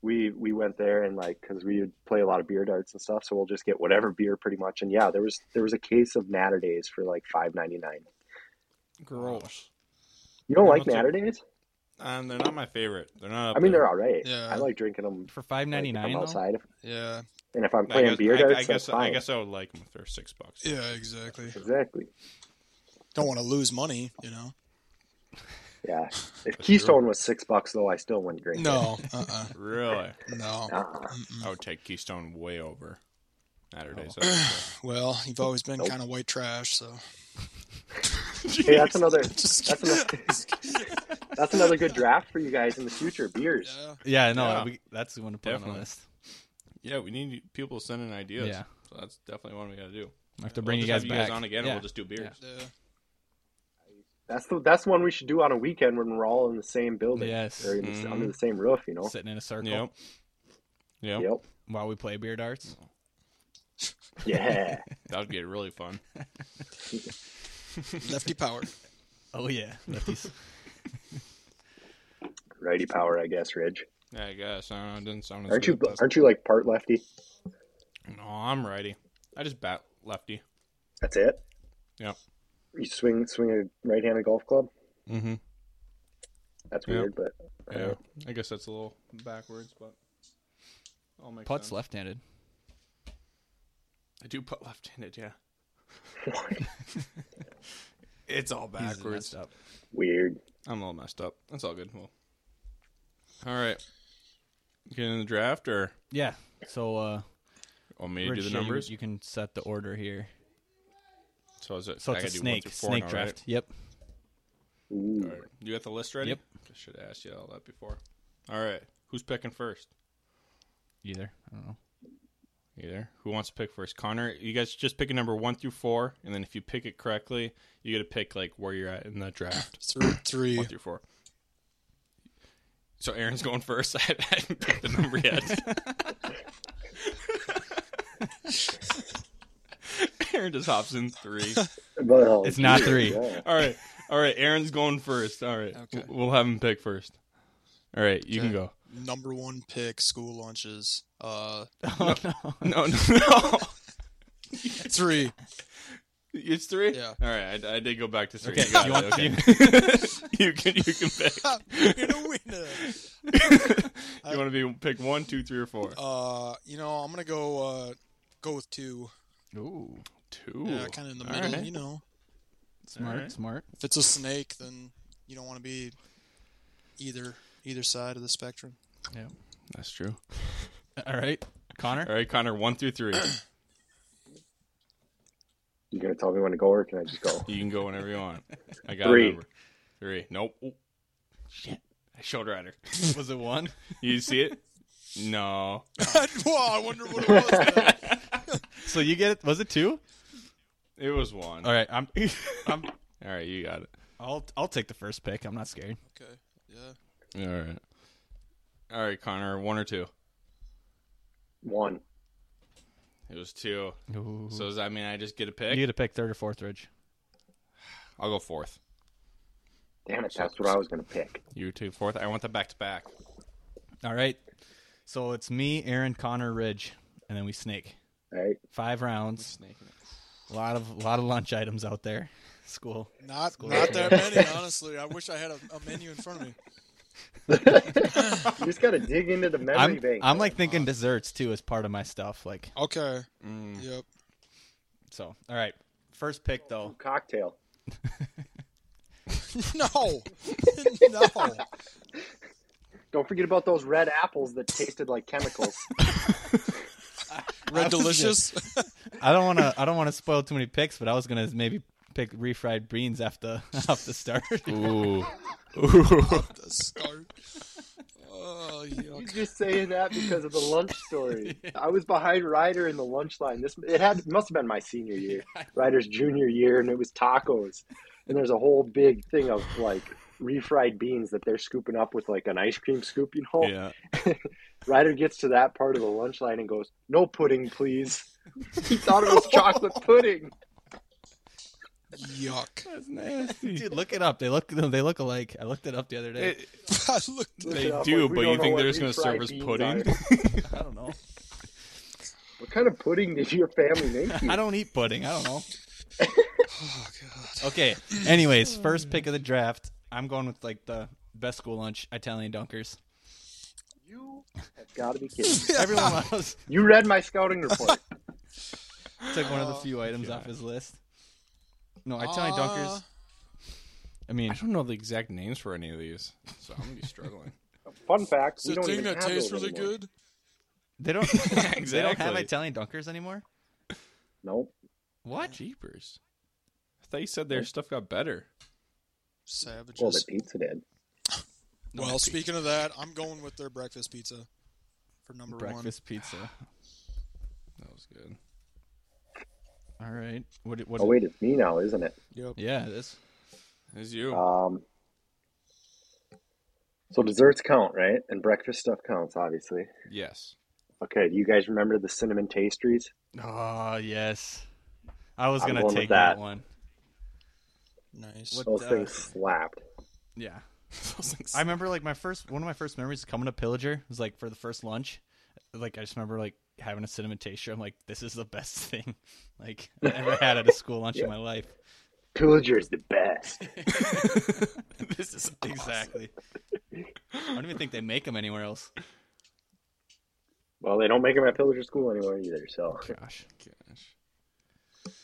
We we went there and like because we would play a lot of beer darts and stuff, so we'll just get whatever beer pretty much. And yeah, there was there was a case of Natter Days for like five ninety nine. Gross. You don't Yeah, like that's Natter Days? Um, they're not my favorite. They're not. Up I mean, there. they're all right. Yeah. I like drinking them. For five ninety nine. outside, if- Yeah, and if I'm I playing guess, I- beer I, darts, that's guess I fine. guess I would like them if they're six bucks. yeah, exactly. Exactly. Don't want to lose money, you know. Yeah. If Keystone was six bucks though, I still wouldn't drink it. No, uh, uh Really, no. Nah. I would take Keystone way over. Saturdays. Oh. Well, you've always been Nope. kind of white trash, so Hey, that's another just that's another that's another good draft for you guys in the future. Beers. yeah. Yeah, no, Yeah. We, that's the one to put on Definitely. the list. Yeah, we need people sending ideas. Yeah. so that's definitely one we got to do. I have to bring we'll you just guys have back you guys on again, Yeah. and we'll just do beers. yeah. That's the that's one we should do on a weekend when we're all in the same building. Yes. Or in the, Mhm. under the same roof, you know. sitting in a circle Yep. Yep. Yep. while we play beer darts. Yeah. That would get really fun. Lefty power. Oh yeah, lefties. Righty power, I guess, Ridge. Yeah, I guess. I don't know. It didn't sound as Aren't you good, but- aren't you like part lefty? No, I'm righty. I just bat lefty. That's it? Yep. You swing swing a right handed golf club? Mm-hmm. That's Yep. weird, but Yeah. I guess that's a little backwards, but I'll make Putts sense. left-handed. I do put left-handed. Yeah. it's all He's backwards. messed up. weird. I'm all messed up. That's all good. Well, all right. Getting in the draft, or Yeah. So uh, want me to do Rich, the yeah, you- numbers? You, can set the order here. so is it? So I it's a gotta do one snake through four snake now, draft. right? Yep. Ooh. All right. You got the list ready? Yep. I should have asked you all that before. All right. Who's picking first? Either I don't know. Either. Who wants to pick first? Connor, you guys just pick a number one through four, and then if you pick it correctly, you get to pick like where you're at in the draft. Three, three. one through four. So Aaron's going first. I haven't picked the number yet. Aaron just hops in three. Oh, Well, It's not geez, three. yeah. All right, all right. Aaron's going first. All right, Okay. we'll have him pick first. All right, you can Okay. go. Number one pick school lunches. Uh, Oh, no. No, no, no. three. It's three. Yeah. All right, I, I did go back to three. Okay, You got you it, want- okay. you can you can pick. You're the winner. you want to be pick one, two, three, or four? Uh, you know, I'm gonna go. Uh, go with two. Ooh, Two. Yeah, kind of in the All middle. right. You know, smart, Alright. smart. if it's a snake, then you don't want to be either either side of the spectrum. That's true. All right, Connor. All right, Connor, one through three. You gonna tell me when to go or can I just go? You can go whenever you want. I got Three. a number. Three. Nope. Ooh. Shit. I showed rider. Was it one? You see it? No. Whoa, I wonder what it was. then. So you get it? Was it two? It was one. All right, I'm. I'm. All right, you got it. I'll. I'll take the first pick. I'm not scared. okay. Yeah. All right. All right, Connor, one or two. One. It was two. Ooh. So does that mean I just get a pick? you get to pick third or fourth, Ridge. I'll go fourth. Damn it, that's what I was gonna pick. You two fourth. I want the back to back. All right. So it's me, Aaron, Connor, Ridge, and then we snake. All right. Five rounds. A lot of lot of lunch items out there. School. Not not that many, honestly. I wish I had a, a menu in front of me. You just gotta dig into the memory I'm, bank. I'm like thinking desserts too as part of my stuff. Like Okay. Mm. Yep. so. All right. First pick though. cocktail. No. no. Don't forget about those red apples that tasted like chemicals. Red delicious. I don't wanna I don't wanna spoil too many picks, but I was gonna maybe pick refried beans off the off the start. Ooh. the start. Oh, You're yuck. just saying that because of the lunch story. I was behind Ryder in the lunch line. This it had must have been my senior year, Ryder's junior year, and it was tacos. And there's a whole big thing of like refried beans that they're scooping up with like an ice cream scoop. You know, yeah. Ryder gets to that part of the lunch line and goes, "No pudding, please." he thought it was chocolate pudding. Yuck. That's nasty. Dude, look it up. They look they look alike. I looked it up the other day. It- I looked Look They it up, do, we but don't you know think what they're just gonna serve refried us beans pudding? are. I don't know. What kind of pudding did your family make? you? I don't eat pudding. I don't know. Oh god. Okay. Anyways, first pick of the draft. I'm going with like the best school lunch Italian Dunkers. You have got to be kidding. me. Everyone else You read my scouting report. took one of the few items off his list. No, Italian Dunkers. Uh, I mean, I don't know the exact names for any of these, so I'm gonna be struggling. Fun fact: Is we it don't thing even that have tastes those really anymore. good? they don't they don't have Exactly. Italian Dunkers anymore. Nope. What? Jeepers! I thought you said their stuff got better. Savages. Well, Well, the pizza did. speaking of that, I'm going with their breakfast pizza for number Breakfast pizza. That was good. All right. What? What? Oh wait, it's me now, isn't it? one. Yep. Yeah. This. As you, Oh. Um, so desserts count, right? And breakfast stuff counts, obviously. yes. Okay, do you guys remember the cinnamon pastries? Oh yes. I was I'm gonna going with take that. that. one. Nice. What- Those Uh, things slapped. Yeah. Those things- I remember like my first one of my first memories of coming to Pillager was like for the first lunch. Like I just remember like having a cinnamon taster. I'm like, this is the best thing like I ever had at a school lunch in my life. Pillager's the best. this is Exactly. I don't even think they make them anywhere else. Well, they don't make them at Pillager School anymore either. So Gosh. Gosh.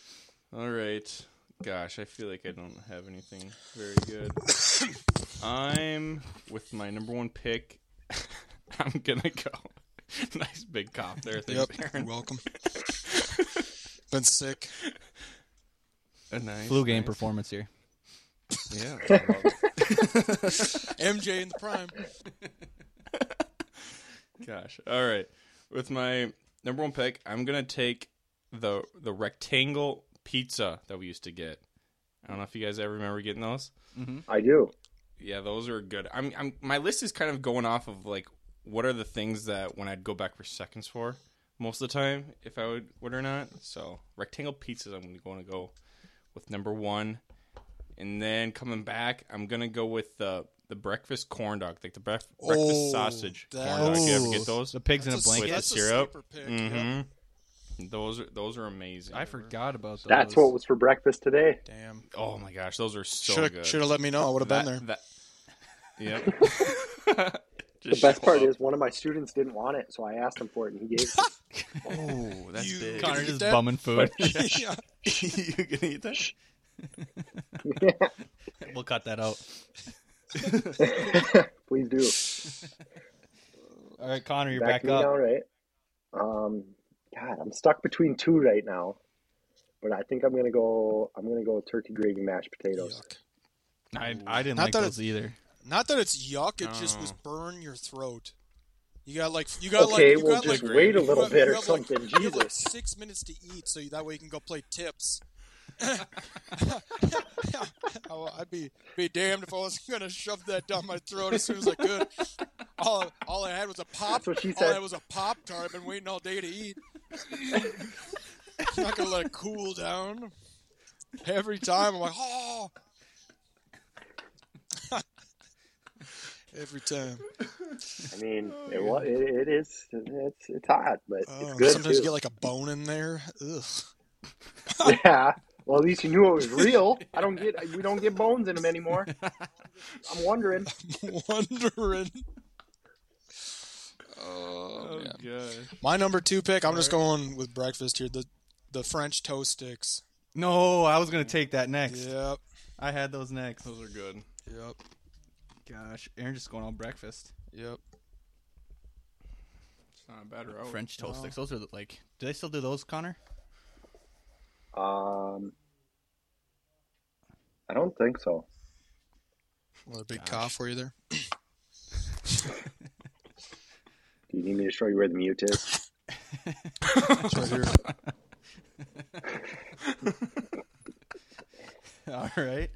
All right. Gosh, I feel like I don't have anything very good. I'm with my number one pick. I'm gonna go. nice big cop there. Thanks, Yep. You're Aaron. welcome. Been sick. A nice Flu game nice- performance here. Yeah. MJ in the prime. Gosh. All right. With my number one pick, I'm gonna take the the rectangle pizza that we used to get. I don't know if you guys ever remember getting those. I do. Yeah, those are good. I'm, I'm my list is kind of going off of like what are the things that when I'd go back for seconds for most of the time if I would would or not. So rectangle pizzas, I'm going to go with number one, and then coming back, I'm gonna go with the the breakfast corn dog, like the bref- breakfast Oh, sausage corn that- dog. You ever Oh, get those? The pigs in a That's a with blanket. the That's a syrup. sleeper pick, Mhm. Those are those are amazing. I forgot about those. That's what was for breakfast today. Damn. Oh my gosh, those are so Should good. have should have let me know. I would have been there. That, yep. The best part is one of my students didn't want it, so I asked him for it, and he gave. It. to me. Oh, that's You- big. Connor Did you just get that? bumming food. yeah. you gonna eat that? we'll cut that out. Please do. All right, Connor, you're back, back, to me up. now, right? Um, God, I'm stuck between two right now, but I think I'm gonna go. I'm gonna go turkey gravy mashed potatoes. Yuck. I, I didn't Not like that those either. Not that it's yuck. It just No. was burn your throat. You got like you got okay, like you well, got just like wait a you little got- bit you or got, like- something. You have like Jesus, six minutes to eat, so that way you can go play tips. Oh, I'd be be damned if I wasn't gonna shove that down my throat as soon as I could. All all I had was a pop. That's what she All I said. had was a pop tart. I've been waiting all day to eat. I'm not gonna let it cool down. Every time I'm like, oh. Every time. I mean, it, wa- it, it is. It's it's hot, but it's Oh, good sometimes you too. get like oh. a bone in there. Ugh. yeah. Well, at least you knew it was real. I don't get. We don't get bones in them anymore. I'm wondering. Wondering. Oh, man. good. My number two pick, I'm just going with breakfast here. The the French toast sticks. No, I was gonna take that next. Yep. I had those next. Those are good. Yep. Oh, Gosh, Aaron just going on breakfast. Yep. It's not a bad route. French toast wow. sticks. Those are the- like, do they still do those, Connor? Um, I don't think so. Another big cough for you there. Do you need me to show you where the mute is? It's right here. All right.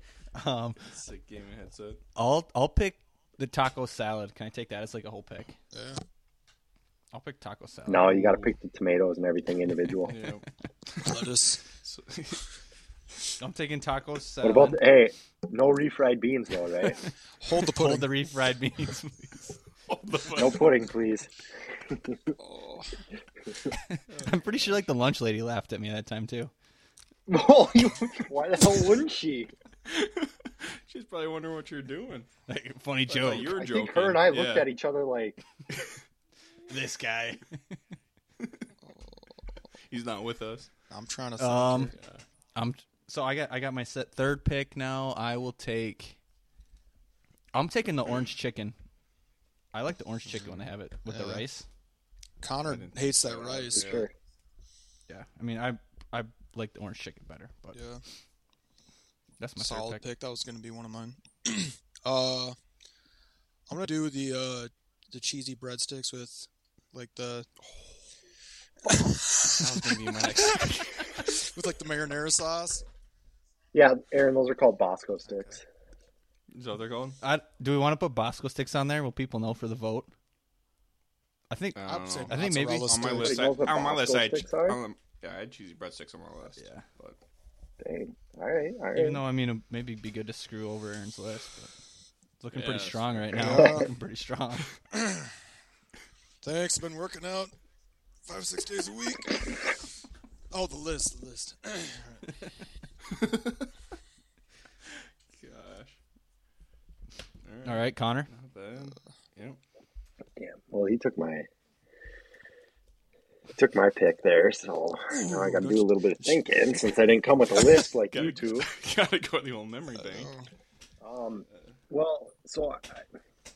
Um, Sick gaming headset. I'll I'll pick the taco salad. Can I take that as like a whole pick? Yeah. I'll pick taco salad. No, you got to pick the tomatoes and everything individual. Yeah. Lettuce. So- I'm taking taco salad. What about the, hey? No refried beans though, right? Hold the pudding. Hold the refried beans, please. No pudding, please. Oh, I'm pretty sure like the lunch lady laughed at me that time too. Oh, you, why the hell wouldn't she? She's probably wondering what you're doing. Like, funny I thought joke. you were I joking. think her and I looked Yeah. at each other like, this guy. He's not with us. I'm trying to. Think. Um, I'm so I got I got my set third pick now. I will take. I'm taking the orange chicken. I like the orange chicken when I have it with the Yeah. rice. Connor hates that rice. Yeah. sure. Yeah, I mean I I like the orange chicken better, but that's my Solid third pick. pick. That was going to be one of mine. uh, I'm gonna do the uh, the cheesy breadsticks with like the That was gonna be my next. pick. with like the marinara sauce. Yeah, Aaron, those are called Bosco sticks. Is that what they're called? I, do we want to put Bosco sticks on there? Will people know for the vote? I think I I'd don't say know. I think maybe- mozzarella on my sticks. list, I, Like, you know what on my list, I, Bosco sticks are? um, yeah, I had cheesy breadsticks on my list. Yeah. but Dang. All right, all right. even though I mean it'd maybe be good to screw over Aaron's list, but it's looking pretty Yes. strong right now. Yeah. looking pretty strong. Thanks. I've been working out five six days a week. Oh, the list, the list. gosh, All right, Connor. not bad. Yep. Damn. Well, he took my he took my pick there, so now I got to do a little bit of thinking since I didn't come with a list like you two. gotta go with the old memory bank. Oh, Um, well, so I,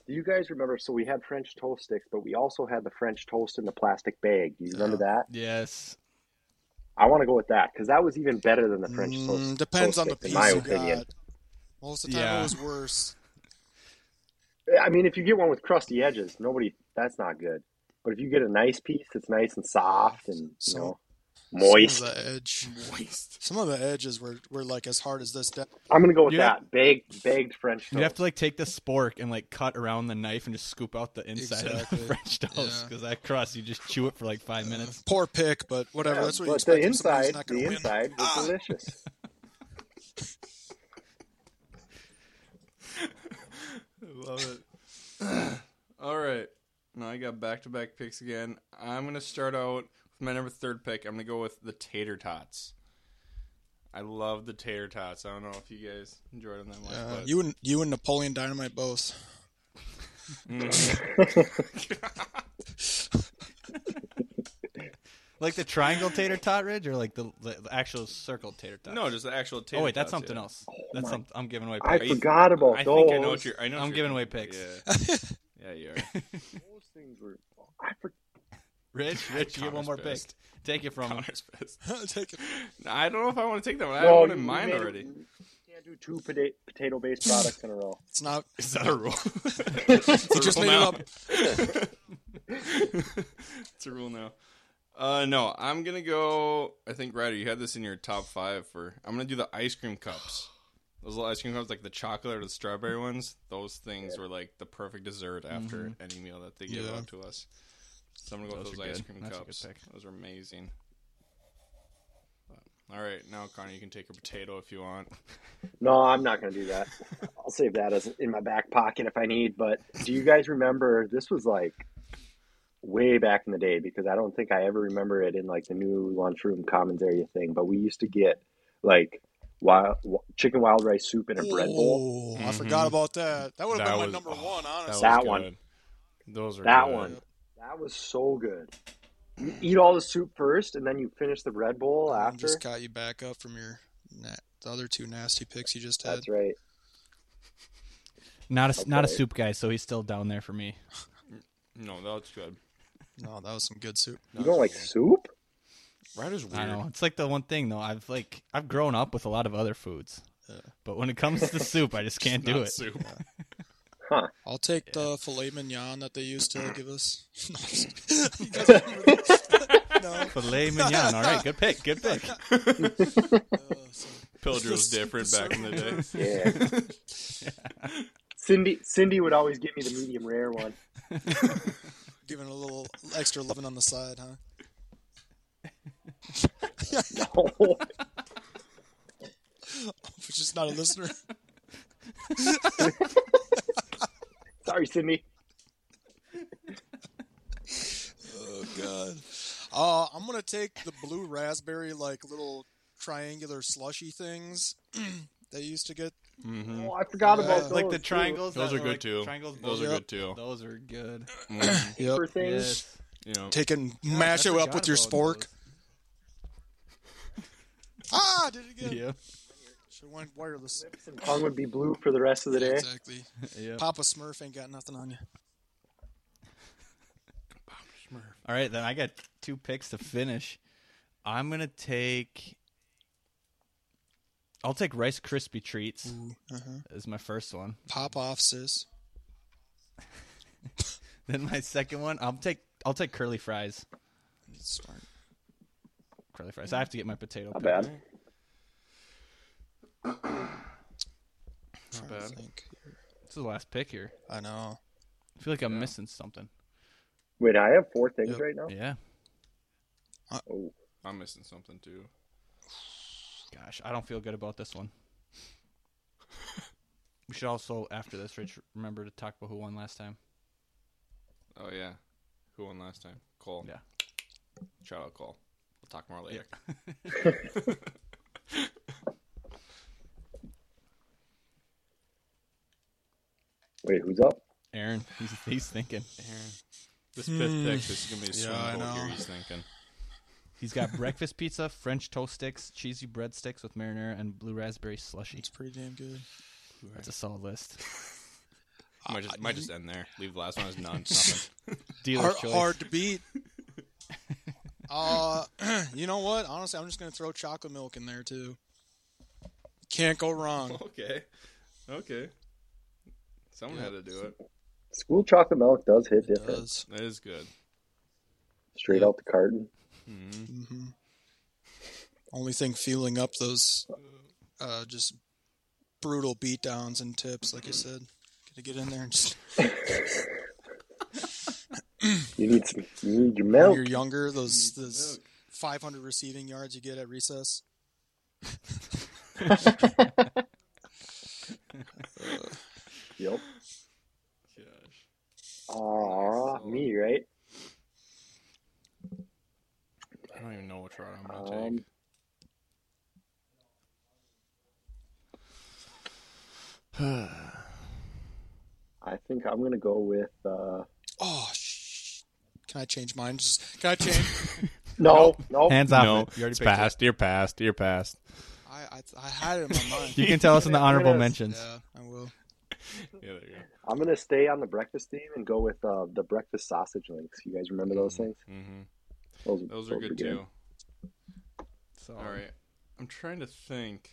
do you guys remember? So we had French toast sticks, but we also had the French toast in the plastic bag. Do you remember that? Yes. I want to go with that because that was even better than the French mm, toast. depends on toast the sticks, piece in my you opinion. got. Most of the time, Yeah. it was worse. I mean, if you get one with crusty edges, nobody that's not good. But if you get a nice piece that's nice and soft and you So- know Some moist, of the edge. Waste. Some of the edges were, were like as hard as this. De- I'm gonna go with You'd have- that baked baked French toast. You'd have to like take the spork and like cut around the knife and just scoop out the inside of Exactly. the French toast Yeah. because that crust you just chew it for like five minutes. Poor pick, but whatever. Yeah, that's what you but expect. the from somebody who's inside, not the gonna win. inside was Ah! delicious. Love it. All right. Now I got back to back picks again. I'm going to start out with my number third pick. I'm going to go with the Tater Tots. I love the Tater Tots. I don't know if you guys enjoyed them that much. Uh, but you and you and Napoleon Dynamite both. Like the triangle tater tot ridge or like the, the, the actual circle tater tot. No, just the actual Tater oh wait, that's Tots, something yeah. else. That's something I'm giving away. I picks. you- forgot about I Oh, those. think I know what you're. I know I'm what you're giving away thinking. Yeah, yeah you are. Those things were. I for, Rich, Rich, you get one Connor's more best. pick. Take it from him. Connor's best. Take it. No, I don't know if I want to take that one. I Well, have one in you mine made it- already. you can't do two pota- potato-based products in a row. It's not. Is that a rule? You just made it up. it's a rule now. Uh, no, I'm gonna go. I think Ryder, you had this in your top five for. I'm gonna do the ice cream cups. Those little ice cream cups, like the chocolate or the strawberry ones. Those things were like the perfect dessert after any meal that they gave Yeah. out to us. So I'm gonna go Mm-hmm. Those with are those ice good. cream That's a good cups. pick. Those are amazing. But, all right, now Connor, you can take your potato if you want. No, I'm not going to do that. I'll save that as in my back pocket if I need. But do you guys remember? This was like way back in the day because I don't think I ever remember it in like the new lunchroom commons area thing. But we used to get like wild chicken wild rice soup in a bread bowl. Oh, I forgot about that. That would have Mm-hmm. That been my was- number oh, one, honestly. That one. good. Those are That good. one. That was so good. You eat all the soup first, and then you finish the bread bowl I after. Mm, just caught you back up from your na- the other two nasty picks you just had. That's right. Not a not a Okay. soup guy, so he's still down there for me. No, that's good. No, that was some good soup. You don't like soup? Ryder's weird. I don't know. It's like the one thing though. I've like I've grown up with a lot of other foods. Yeah. But when it comes to soup, I just can't do Not it. soup. I'll take the filet mignon that they used to give us. No, I'm just- You guys remember that? no. Filet mignon. All right, good pick. Good pick. Uh, so- Pilger was The different soup- back in the day. Yeah. Cindy Cindy would always give me the medium rare one. Giving a little extra loving on the side, huh? No. Which is not a listener. Sorry, Cindy. Oh god. Uh, I'm gonna take the blue raspberry like little triangular slushy things that you used to get. Mm. hmm Oh, I forgot Yeah. about those. like the too. triangles. Those that are good like too. Triangles. Those are Yep. good too. Those are good. Mm, Yep. For things. Yes. you know. Take it and mash it I up with forgot your about spork. Ah, I did it those. again. Yeah. Should went wireless. And tongue would be blue for the rest of the day. Exactly. Yeah. Papa Smurf ain't got nothing on you. All right, then I got two picks to finish. I'm gonna take. I'll take Rice Krispie treats Ooh, uh-huh. as my first one. Pop off, sis. Then my second one, I'll take I'll take curly fries. It's smart. Curly fries. I have to get my potato. pick. Not bad. Trying to bad. think. This is the last pick here. I know. I feel like I'm missing something. Wait, I have four things Yep. right now. Yeah. Uh, Oh, I'm missing something too. Gosh, I don't feel good about this one. we should also after this, Rich, remember to talk about who won last time. Oh yeah, who won last time? Cole. Yeah. Shout out Cole. We'll talk more later. wait, who's up? Aaron, he's, he's thinking This fifth pick, this is gonna be a swing Yeah, I vote here. know. He's thinking. he's got breakfast pizza, French toast sticks, cheesy breadsticks with marinara, and blue raspberry slushy. It's pretty damn good. That's a solid list. Might just might just end there. Leave the last one as none. Nothing. Dealer's hard, choice. hard to beat. uh, you know what? Honestly, I'm just gonna throw chocolate milk in there too. Can't go wrong. okay. Okay. Someone had to do it. School chocolate milk does hit It different. does. That is good. Straight out the carton. Mhm. hmm Only thing feeling up those uh, just brutal beatdowns and tips, like I said. Gotta get in there and just You need some. You need your when milk. you're younger, those those 500 receiving yards you get at recess. Yep. Gosh. Ah, me right. I don't even know which route I'm gonna take. Um, Um, I think I'm gonna go with. Uh, Oh, sh- can I change mine? Just can I change? no, no. Hands off. No, it. You already it's picked it. past. You're past. You're past. I, I I had it in my mind. You can tell us in the honorable mentions. Yeah, I will. Yeah, there you I'm gonna stay on the breakfast theme and go with uh, the breakfast sausage links. You guys remember those things? go. Mm-hmm. Those, Those are were good too. So, All right, I'm trying to think.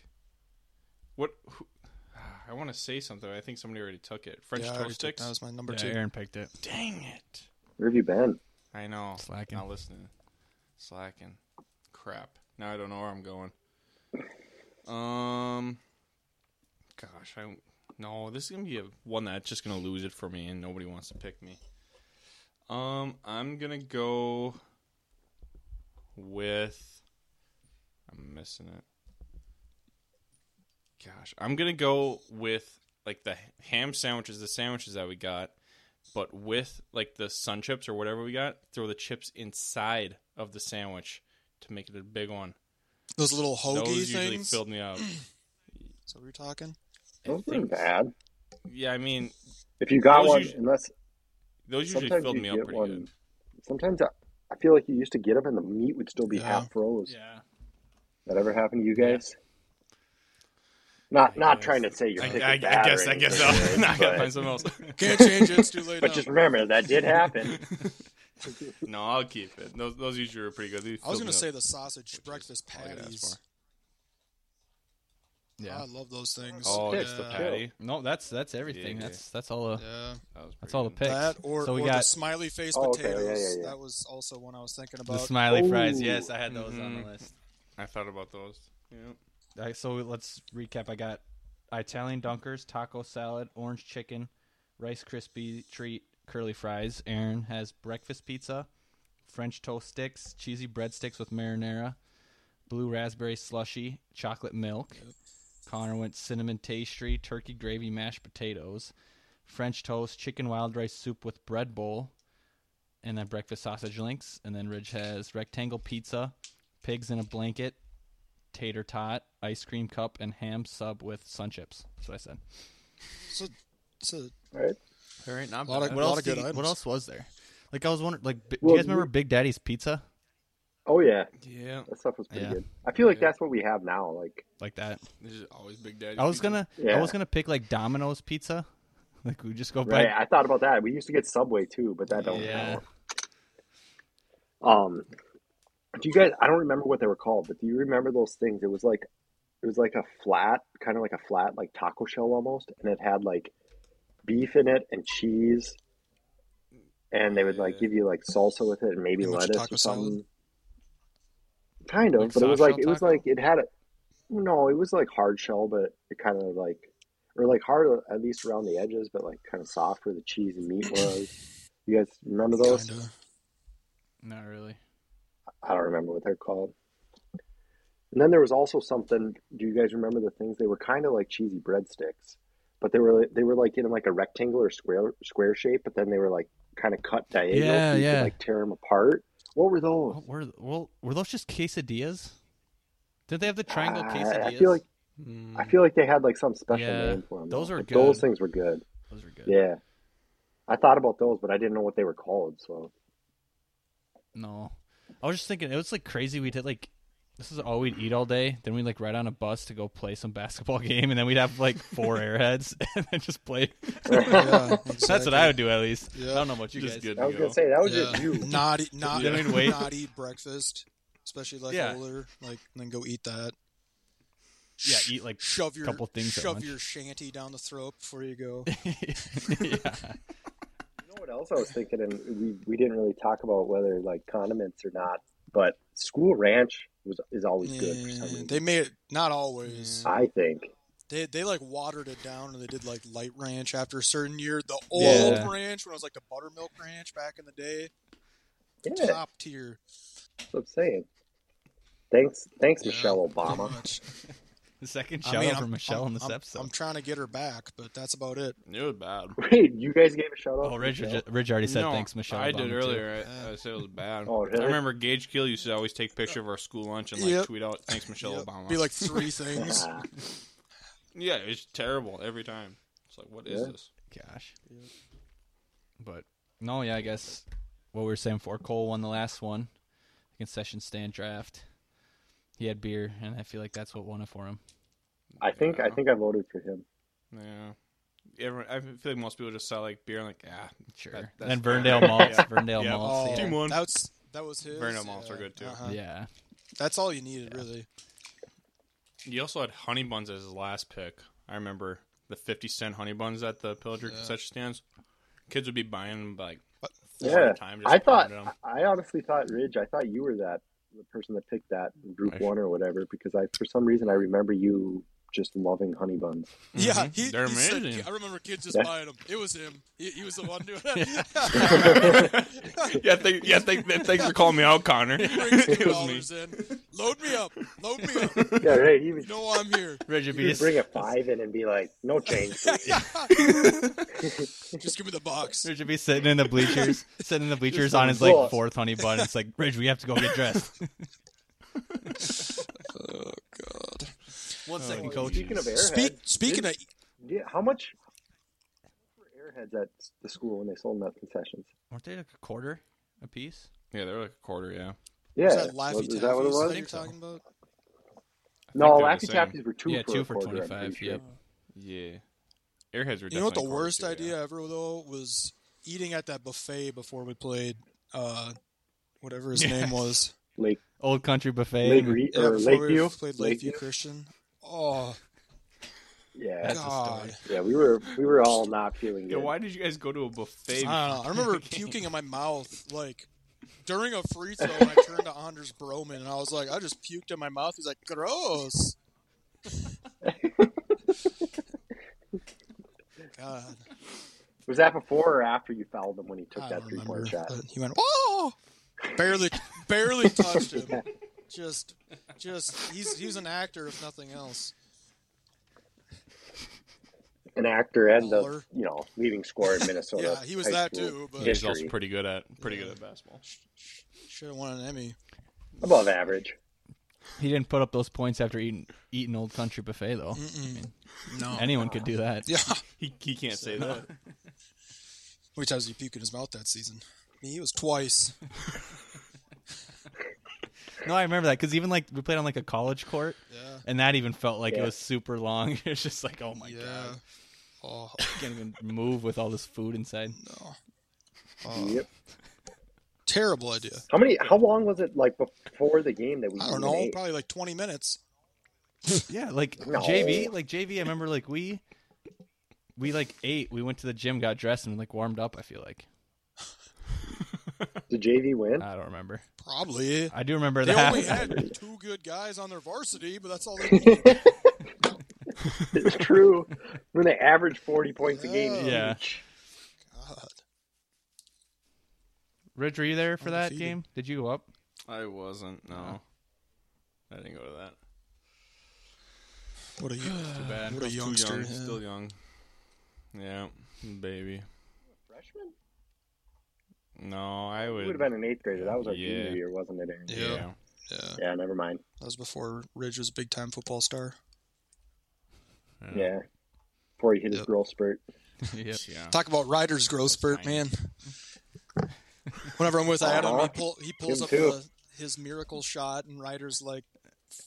What? Who, I want to say something. but I think somebody already took it. French Yeah, I already toast took- sticks. That was my number Yeah, two. Aaron picked it. Dang it! Where have you been? I know. Slacking. Not listening. Slacking. Crap. Now I don't know where I'm going. Um. Gosh, I no. This is gonna be a one that's just gonna lose it for me, and nobody wants to pick me. Um, I'm gonna go with. I'm missing it. Gosh, I'm gonna go with like the ham sandwiches, the sandwiches that we got, but with like the sun chips or whatever we got, throw the chips inside of the sandwich to make it a big one. Those little hoagie Those usually things. filled me up. So we were talking. Those I think- weren't bad. Yeah, I mean, If you got Those one, usu- unless those usually sometimes filled you me up get pretty one. good. Sometimes I, I feel like you used to get them and the meat would still be Yeah. half froze. Yeah. That ever happened to you guys? Not not guess. trying to say you're I, picking I, I bad guess, or I guess, anything, I'll, I gotta but, find something else. Can't change it. It's too late. but now. just remember that did happen. no, I'll keep it. Those, those usually are pretty good. They I was filled me gonna up. say the sausage breakfast all I could ask patties. Yeah. I love those things. Oh, Yeah. it's the Yeah. patty. No, that's that's everything. Yeah. That's that's all. The, Yeah, That was that's pretty all the good. picks. that or, so we or the got smiley face Oh, okay, yeah, potatoes. yeah, yeah. That was also one I was thinking the about. smiley fries. Ooh. Yes, I had those on Mm-hmm. Mhm. the list. I thought about those. Yeah. All right, so let's recap. I got Italian dunkers, taco salad, orange chicken, rice crispy treat, curly fries. Aaron has breakfast pizza, French toast sticks, cheesy breadsticks with marinara, blue raspberry slushy, chocolate milk. Connor went cinnamon pastry, turkey gravy, mashed potatoes, French toast, chicken wild rice soup with bread bowl, and then breakfast sausage links. And then Ridge has rectangle pizza, pigs in a blanket, tater tot, ice cream cup, and ham sub with sun chips. That's what I said. It's a- it's a- All right. All right, not A lot of- bad. what else good do you- items. was there? Like I was wondering, like b- Well, you- Big Daddy's Pizza? Oh yeah, yeah, that stuff was pretty Yeah. good. I feel like Yeah. that's what we have now. Like Like that? this is always Big Daddy. I was gonna, I Yeah. was gonna pick like Domino's Pizza. Like we just go right, back. I thought about that. We used to get Subway too, but that don't Yeah. count. Um, do you guys? I don't remember what they were called, but do you remember those things? It was like, it was like a flat, kind of like a flat, like taco shell almost, and it had like beef in it and cheese, and they would like Yeah. give you like salsa with it and maybe Pretty much a lettuce taco or salad? something. Kind of, Like but it was soft shell like it was taco? like it had a no, it was like hard shell, but it kind of like or like hard at least around the edges, but like kind of soft where the cheese and meat was. You guys remember those? kinda. Not really. I don't remember what they're called. And then there was also something. Do you guys remember the things? They were kind of like cheesy breadsticks, but they were they were like in like a rectangular square square shape, but then they were like kind of cut diagonal, Yeah, so you yeah. could like tear them apart. What were those? What were well, were those just quesadillas? Did they have the triangle Uh, I- I quesadillas? feel like- Mm. I feel like they had like some special Yeah, name for them. those were Those good. things were good. those are good. Yeah, I thought about those, but I didn't know what they were called. So No, I was just thinking it was like crazy. We did like this is all we'd eat all day. Then we'd like ride on a bus to go play some basketball game, and then we'd have like four airheads and then just play. Yeah, That's what exactly. I would do at least. Yeah. I don't know about you just guys. good. I was to gonna go. say that was yeah. just you. Not eat, not, You don't even wait. not eat breakfast, especially like Yeah. older. Like then go eat that. Yeah, eat like Shove your Couple things at shove lunch. your shanty down the throat before you go. yeah. You know what else I was thinking, and we, we didn't really talk about whether like condiments or not, but school ranch was is always good for some Yeah, reason. they made it not always. I think. They they like watered it down and they did like light ranch after a certain year. The old Yeah. ranch when it was like the buttermilk ranch back in the day, Yeah, that's top tier. what I'm saying. Thanks, thanks, Yeah, Michelle pretty Obama. much. The second I shout mean, out for I'm- Michelle I'm- in this I'm- episode. I'm trying to get her back, but that's about it. It was bad. Wait, you guys gave a shout out? oh, to Ridge, Michelle? Ridge already said No, thanks, Michelle. I Obama, did too. earlier. I, I said it was bad. Oh, really? I remember Gage Gill used to always take a picture of our school lunch and like Yep. tweet out, "Thanks, Michelle Yep, Obama." Be like three things. Ah, yeah, it's terrible every time. It's like, what is Yeah. this? Gosh. But no, yeah, I guess what we were saying before Cole won the last one, the concession stand draft. He had beer, and I feel like that's what won it for him. I think I Yeah. think I voted for him. Yeah. Everyone, I feel like most people just saw like beer and like, ah, Sure. That- that's and fine. Verndale malts. Yeah. Verndale Yeah. malts. Team one. That's Oh. that was his. Vernon malts are good, too. yeah. uh-huh. yeah. That's all you needed, really. He also had honey buns as his last pick. I remember the fifty cent honey buns at the Pillager Yeah. concession stands. Kids would be buying them like But- four Yeah, at a time. Just I thought. pounding 'em. I honestly thought Ridge. I thought you were that the person that picked that group I sh- one or whatever because I for some reason I remember you just loving honey buns. Yeah, Mhm. he, They're he said- amazing. I remember kids just Yeah. buying them. It was him. He, he was the one doing it. yeah, thank, yeah, thank, thanks for calling me out, Connor. Brings it two was me. dollars in. Load me up. Load me up. Yeah, right. He was You know I'm here. Ridge, if You just bring a five in and be like, no change. please." Just give me the box. Ridge would be sitting in the bleachers, sitting in the bleachers Just on his like lost. fourth honey bun. It's like Ridge, we have to go get dressed. Oh God. One second, Well, Speaking of airheads, Speak, speaking of, did- yeah, how much were airheads at the school when they sold them at concessions? weren't they like a quarter a piece? Yeah, they were like a quarter. Yeah, Yeah, was that was- Laffy is that what it Taffy's that was? you're talking about? No, they're the Laffy same. Taffys were two yeah, for two a for quarter, I'm twenty five. pretty sure. Yep. yeah. Airheads were. You know what the definitely quarters, worst too, yeah. idea ever though was eating at that buffet before we played. Uh, whatever his name Yes. was. Lake, Old country buffet. Lake Re- Yeah, or before we Lakeview. played Lakeview Christian. Oh, Yeah, That's a story. God. yeah, we were we were all not feeling Yeah, good. why did you guys go to a buffet? I don't know. I remember puking in my mouth like during a free throw. And I turned to Anders Broman and I was like, I just puked in my mouth. He's like, gross. God, Was that before or after you fouled him when he took I that don't three remember. point shot? But he went, oh, barely, barely touched him. Just, just he's he's an actor if nothing else. An actor and the Baller. you know leading scorer in Minnesota. Yeah, he was high that school too, but- He's history. also pretty good at pretty good at basketball. Should have won an Emmy. above average. He didn't put up those points after eating eating Old Country Buffet though. Oh, No. Anyone could do that. yeah. He, he can't say that. How many times did he puke in his mouth that season? I mean, he was twice. No, I remember that because even like we played on like a college court, Yeah. and that even felt like it Yeah. was super long. it's just like, oh my yeah. god, Oh, can't even move with all this food inside. no. Oh, Yep. Terrible idea. How many? How long was it like before the game that we? I don't even know. ate? Probably like 20 minutes. Yeah, like No. JV, like JV. I remember like we, we like ate. We went to the gym, got dressed, and like warmed up. I feel like Did JV win? I don't remember. Probably. I do remember They that. only had two good guys on their varsity, but that's all they needed. it's true. When they average forty points a game. Yeah. each. God. Ridge, were you there for that Undefeated. game? Did you go up? I wasn't. No, I didn't go to that. What a Too bad. What a I'm too youngster, young. yeah. Still young. Yeah, baby. Freshman No, I would. would have been an eighth grader. That was our Yeah. junior year, wasn't it, Aaron? Yeah. Yeah. Yeah. Yeah, never mind. That was before Ridge was a big time football star. Yeah. Before he hit his Yep. girl spurt. yeah. Yeah. Talk about Ryder's growth spurt, man. Whenever I'm with Adam, he, Uh-huh. pull, he pulls Him up too. the, his miracle shot, and Ryder's like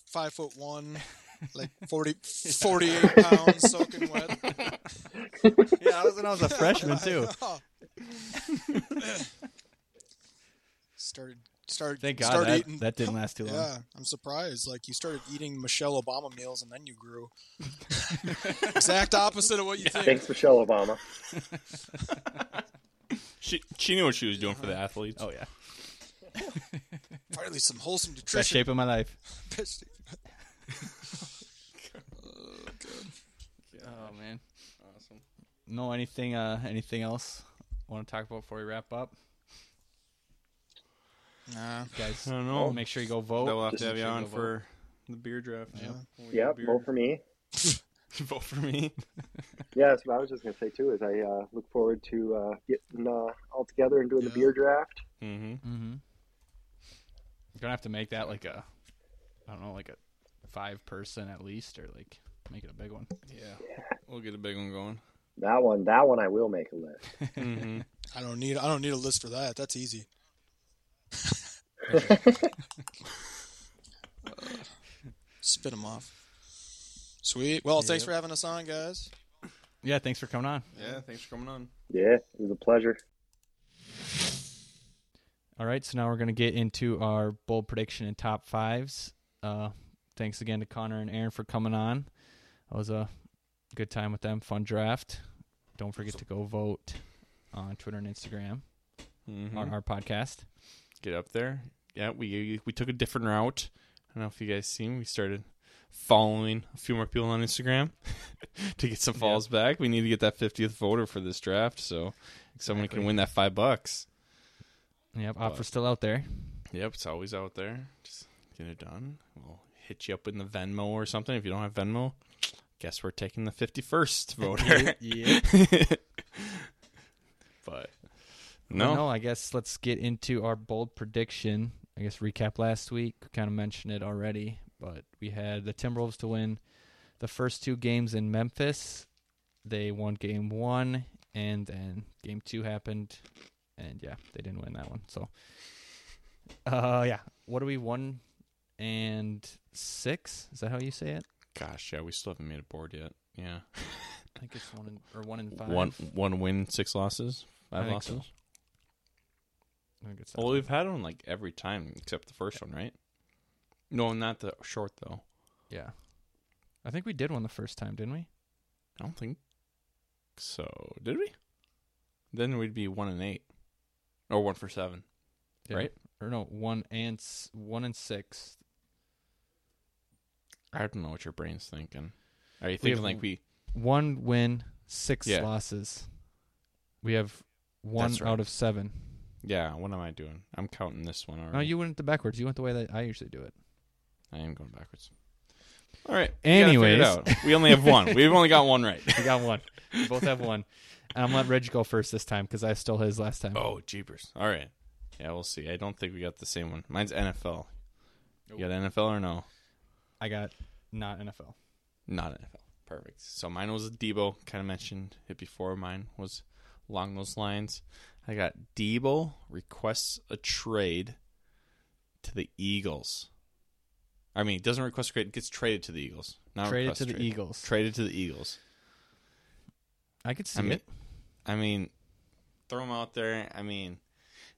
five foot one, like 40, 48 pounds, soaking wet. yeah, I was when I was a freshman too. started started Thank God started that, eating. that didn't last too long. yeah, I'm surprised. Like you started eating Michelle Obama meals, and then you grew. exact opposite of what you think. Thanks, Michelle Obama. She she knew what she was doing for the athletes. Oh yeah, Finally, some wholesome best nutrition. shape of my life. Oh man, Awesome. no anything, uh, anything else want to talk about before we wrap up, Nah. guys? I don't know. Make sure you go vote. They'll have Just to have make you sure on go vote. for the beer draft. Yeah. When we Yep, do vote for me. beer. vote for me. Yeah, that's what I was just gonna say too. Is I uh, look forward to uh, getting uh, all together and doing the Yeah. beer draft. Mm-hmm. Mm-hmm. You're gonna have to make that like a, I don't know, like a five person at least, or like make it a big one. Yeah. We'll get a big one going. That one, that one, I will make a list. Mm-hmm. I don't need I don't need a list for that. That's easy. Spit them off. Sweet. Well, thanks for having us on, guys. Yeah, thanks for coming on. Yeah. Thanks for coming on. Yeah, it was a pleasure. All right, so now we're going to get into our bold prediction and top fives. Uh, thanks again to Connor and Aaron for coming on. That was a good time with them, fun draft. Don't forget to go vote on Twitter and Instagram Mm-hmm. on our podcast. Get up there. Yeah. We we took a different route. I don't know if you guys seen. We started following a few more people on Instagram to get some follows back. We need to get that 50th voter for this draft, so someone can win that five bucks. Yep, offer's still out there. Yep, it's always out there. Just get it done. We'll hit you up in the Venmo or something. If you don't have Venmo, guess we're taking the fifty first voter. Yeah. but No. no, I guess let's get into our bold prediction. I guess recap last week. We kind of mentioned it already, but we had the Timberwolves to win the first two games in Memphis. They won game one, and then game two happened, and yeah, they didn't win that one. So, uh, yeah, what are we one and six? Is that how you say it? gosh, yeah, we still haven't made a board yet. Yeah, I think it's one and, or one and five. one one win, six losses, I five think so. losses. I think it's that Well, one. we've had one like every time except the first one, right? No, not the short though. yeah, I think we did one the first time, didn't we? I don't think so. Did we? Then we'd be one and eight, or one for seven. Yeah. Right. Or no, one and s- one and six. I don't know what your brain's thinking. Are you thinking have- like we? One win, six Yeah. losses. We have one That's right. out of seven. Yeah. What am I doing? I'm counting this one already. No, you went the backwards. You went the way that I usually do it. I am going backwards. All right. we gotta figure it out. Anyways. we only have one. We've only got one right. We got one. we both have one. And I'm gonna let Reg go first this time because I stole his last time. Oh, jeepers. All right. Yeah, we'll see. I don't think we got the same one. Mine's NFL. You got NFL or no? I got not NFL. Not NFL. Perfect. So mine was Debo. Kind of mentioned it before. Mine was along those lines. I got Debo requests a trade to the Eagles. I mean, doesn't request a trade. Gets traded to the Eagles. Not Traded request to the trade. Eagles. Traded to the Eagles. I could see I mean, it. I mean, throw him out there. I mean,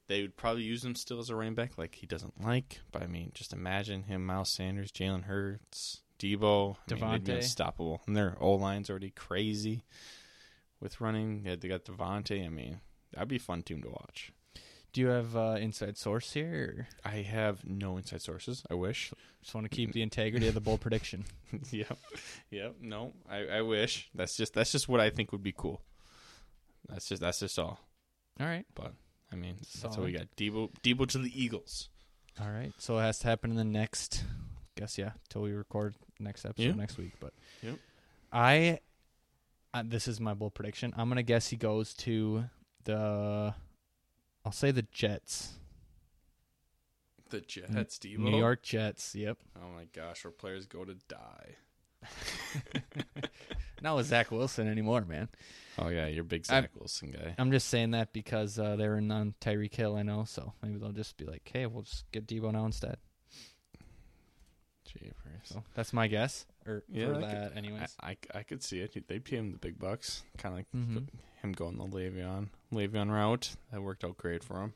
they would probably use him still as a running back, like he doesn't like. But I mean, just imagine him: Miles Sanders, Jalen Hurts, Debo, I mean, they'd be Devontae. unstoppable. And their O line's already crazy with running. Yeah, they got Devontae. I mean, that'd be a fun team to watch. Do you have uh, inside source here? Or I have no inside sources. I wish. just want to keep the integrity of the bold prediction. yep, yep. No, I, I wish. That's just that's just what I think would be cool. That's just that's just all. All right, But I mean, that's how we got Debo Debo to the Eagles. all right. So it has to happen in the next. Guess yeah, till we record next episode Yeah. next week. But Yep. I, uh, this is my bold prediction. I'm gonna guess he goes to the. I'll say the Jets, The Jets, Debo. New York Jets. Yep. Oh my gosh, where players go to die. Not with Zach Wilson anymore, man. Oh yeah, you're a big I'm- Zach Wilson guy. I'm just saying that because uh, they were on Tyreek Hill, I know. So maybe they'll just be like, "Hey, we'll just get Debo now instead." Jeepers. So that's my guess, or Yeah, for I could- that, I, anyways. I, I could see it. They pay him the big bucks. Kind of like Mhm. him going the Le'Veon Le'Veon route. That worked out great for him.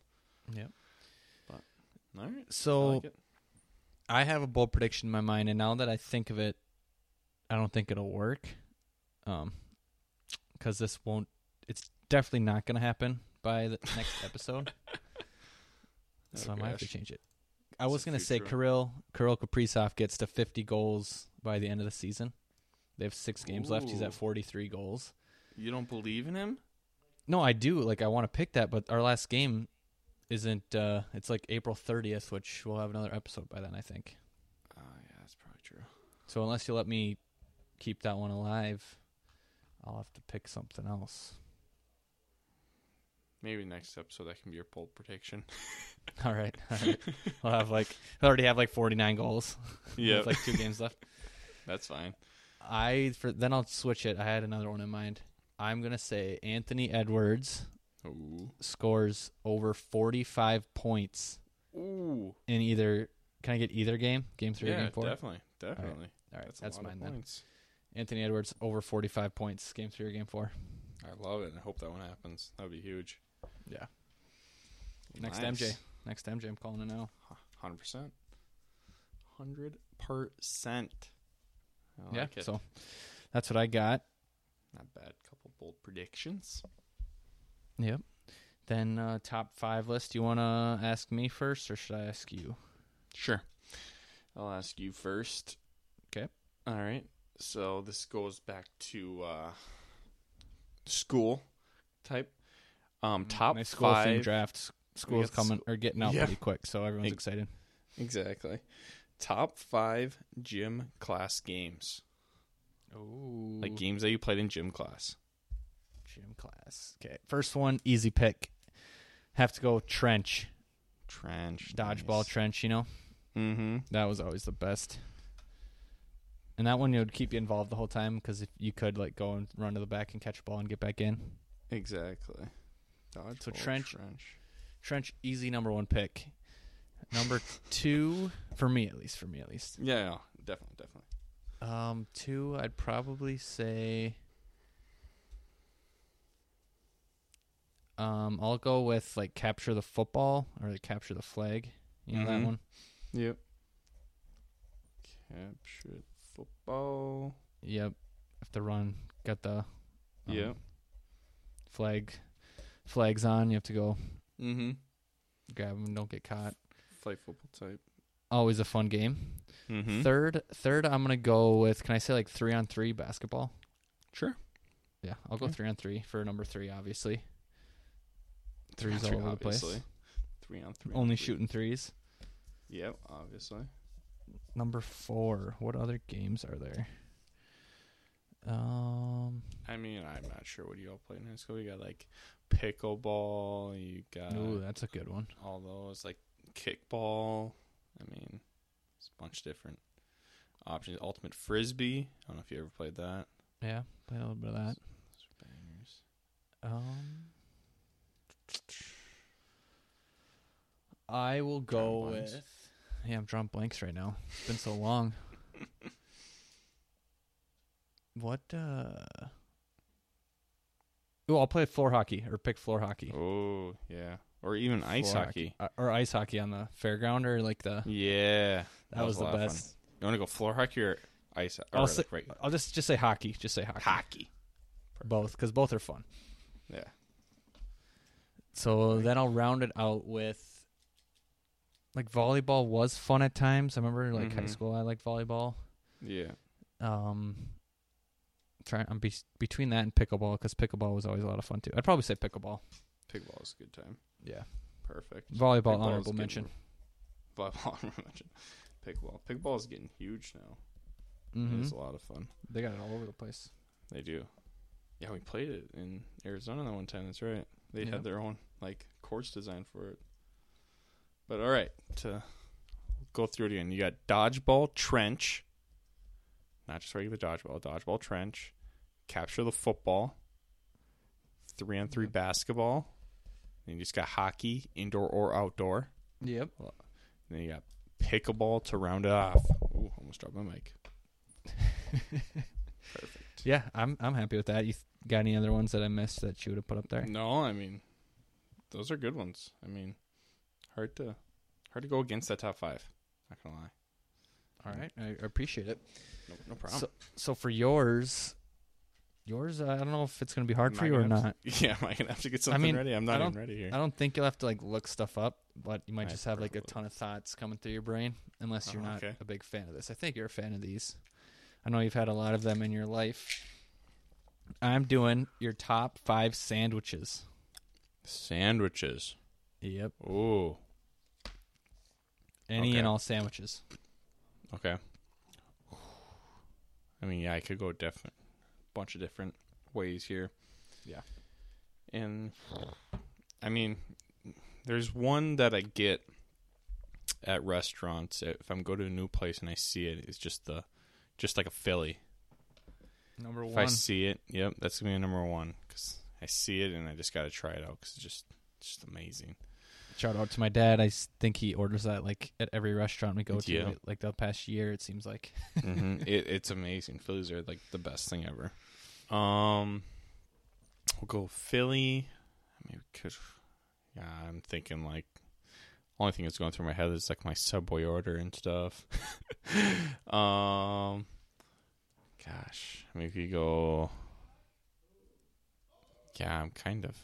Yep. But all right. I So like it. I have a bold prediction in my mind, and now that I think of it, I don't think it'll work, um, because this won't. It's definitely not going to happen by the next episode, so Oh, I might have to gosh. change it. I It's was a going to say future. Kirill Kirill Kaprizov gets to 50 goals by the end of the season. They have six games left. He's Ooh. at 43 goals. You don't believe in him? No, I do. Like, I want to pick that, but our last game isn't. uh It's like April 30th, which we'll have another episode by then, I think. Oh yeah, that's probably true. So unless you let me keep that one alive, I'll have to pick something else. Maybe next episode that can be your bold prediction. All right. All right. I'll have like I already have like 49 goals. Yep. With like two games left. That's fine. I for then I'll switch it. I had another one in mind. I'm going to say Anthony Edwards Ooh. scores over 45 points Ooh. in either can I get either game? Game 3 or yeah, game 4? definitely, definitely. All right. That's, That's, a lot mine of then. points. Anthony Edwards over 45 points game 3 or game 4. I love it. and I hope that one happens. That would be huge. Yeah. Next MJ. Next MJ I'm calling it now. Hundred percent. Hundred percent. yeah, so that's what I got. not bad. Couple bold predictions. Yep. Then uh, top five list. Do you want to ask me first, or should I ask you? Sure. I'll ask you first. 'Kay. All right. So this goes back to uh, school type. Um, top My Mm, school five. theme drafts. School's got coming or getting out Yeah. pretty quick, so Ex- everyone's excited. Exactly. Top five gym class games. Oh, Like games that you played in gym class. gym class. Okay, first one, easy pick. Have to go trench, Trench. dodgeball trench. You know Mm-hmm. that was always the best. And that one you would keep you involved the whole time because if you could like go and run to the back and catch a ball and get back in. Exactly. Dodgeball trench- Trench, easy number one pick. Number two, for me at least, for me at least. Yeah, yeah, definitely, definitely. Um, two, I'd probably say. Um, I'll go with like capture the football or like capture the flag. You know Mhm. that one. Yep. Capture football. Yep. Have to run, Got the um, yeah. flag flags on. You have to go Mm-hmm. grab them. Don't get caught. Flight football type. Always a fun game. Mm-hmm. Third, third, I'm gonna go with. Can I say like three on three basketball? Sure. Yeah, I'll go Yeah. three on three for number three, obviously. Threes Three, all over the place. obviously. Three on three. on Only three. shooting threes. Yep, obviously. Number four. What other games are there? Um. I mean, I'm not sure what you all play in high school. You got like pickleball. You got ooh, that's a good one. all those like kickball. I mean, it's a bunch of different options. Ultimate frisbee. I don't know if you ever played that. Yeah, play a little bit of that. Those are bangers. Um, I will go Drawing blanks. with. Yeah, I'm drawing blanks right now. It's been so long. what? uh Oh, I'll play floor hockey or pick floor hockey. Oh yeah, or even ice Floor hockey. Uh, or ice hockey on the fairground or like the. Yeah, That, was, a the lot of fun. best. You want to go floor hockey or ice? Or I'll say- like, right, I'll just just say hockey. Just say hockey. hockey. Both, because both are fun. Yeah. So then I'll round it out with like volleyball was fun at times. I remember like high Mhm. school I liked volleyball. Yeah. Um trying I'm be- between that and pickleball cuz pickleball was always a lot of fun too. I'd probably say pickleball. Pickleball is a good time. Yeah. Perfect. Volleyball Pickleball is honorable getting- mention. Volleyball honorable mention. Pickleball. Pickleball is getting huge now. Mhm. It's a lot of fun. They got it all over the place. They do. Yeah, we played it in Arizona that one time. That's right. They Yeah. had their own like course design for it. But all right, to go through it again, you got dodgeball trench, not just regular dodgeball, dodgeball trench, capture the football, three on three basketball, and you just got hockey, indoor or outdoor. Yep. And then you got pickleball to round it off. Ooh, almost dropped my mic. Perfect. Yeah, I'm I'm happy with that. You th- got any other ones that I missed that you would have put up there? No, I mean, those are good ones. I mean, hard to hard to go against that top five. Not gonna lie. All right. I I appreciate it. No, no problem. So, so for yours, yours, I don't know if it's going to be hard Am for I you or gonna have not. to- yeah, am I gonna have to get something mean, ready? I'm I not even don't- ready here. I don't think you'll have to like look stuff up, but you might I just have like a probably- ton of thoughts coming through your brain, unless you're Oh, not okay. a big fan of this. I think you're a fan of these. I know you've had a lot of them in your life. I'm doing your top five sandwiches. Sandwiches. Yep. Ooh. Any Okay. and all sandwiches. Okay. I mean, yeah, I could go different, bunch of different ways here. Yeah. And I mean, there's one that I get at restaurants if I'm go to a new place and I see it. It's just the, just like a Philly. Number If I one. see it, yep, that's gonna be number one because I see it and I just gotta try it out because it's just, it's just amazing. Shout out to my dad. I s- think he orders that like at every restaurant we go to. Yeah. like- Like the past year, it seems like. hmm it, it's amazing. Phillies are like the best thing ever. Um, we'll go Philly. Maybe we could. Yeah, I'm thinking like only thing that's going through my head is like my Subway order and stuff. um, gosh, I mean, if you go. Yeah, I'm kind of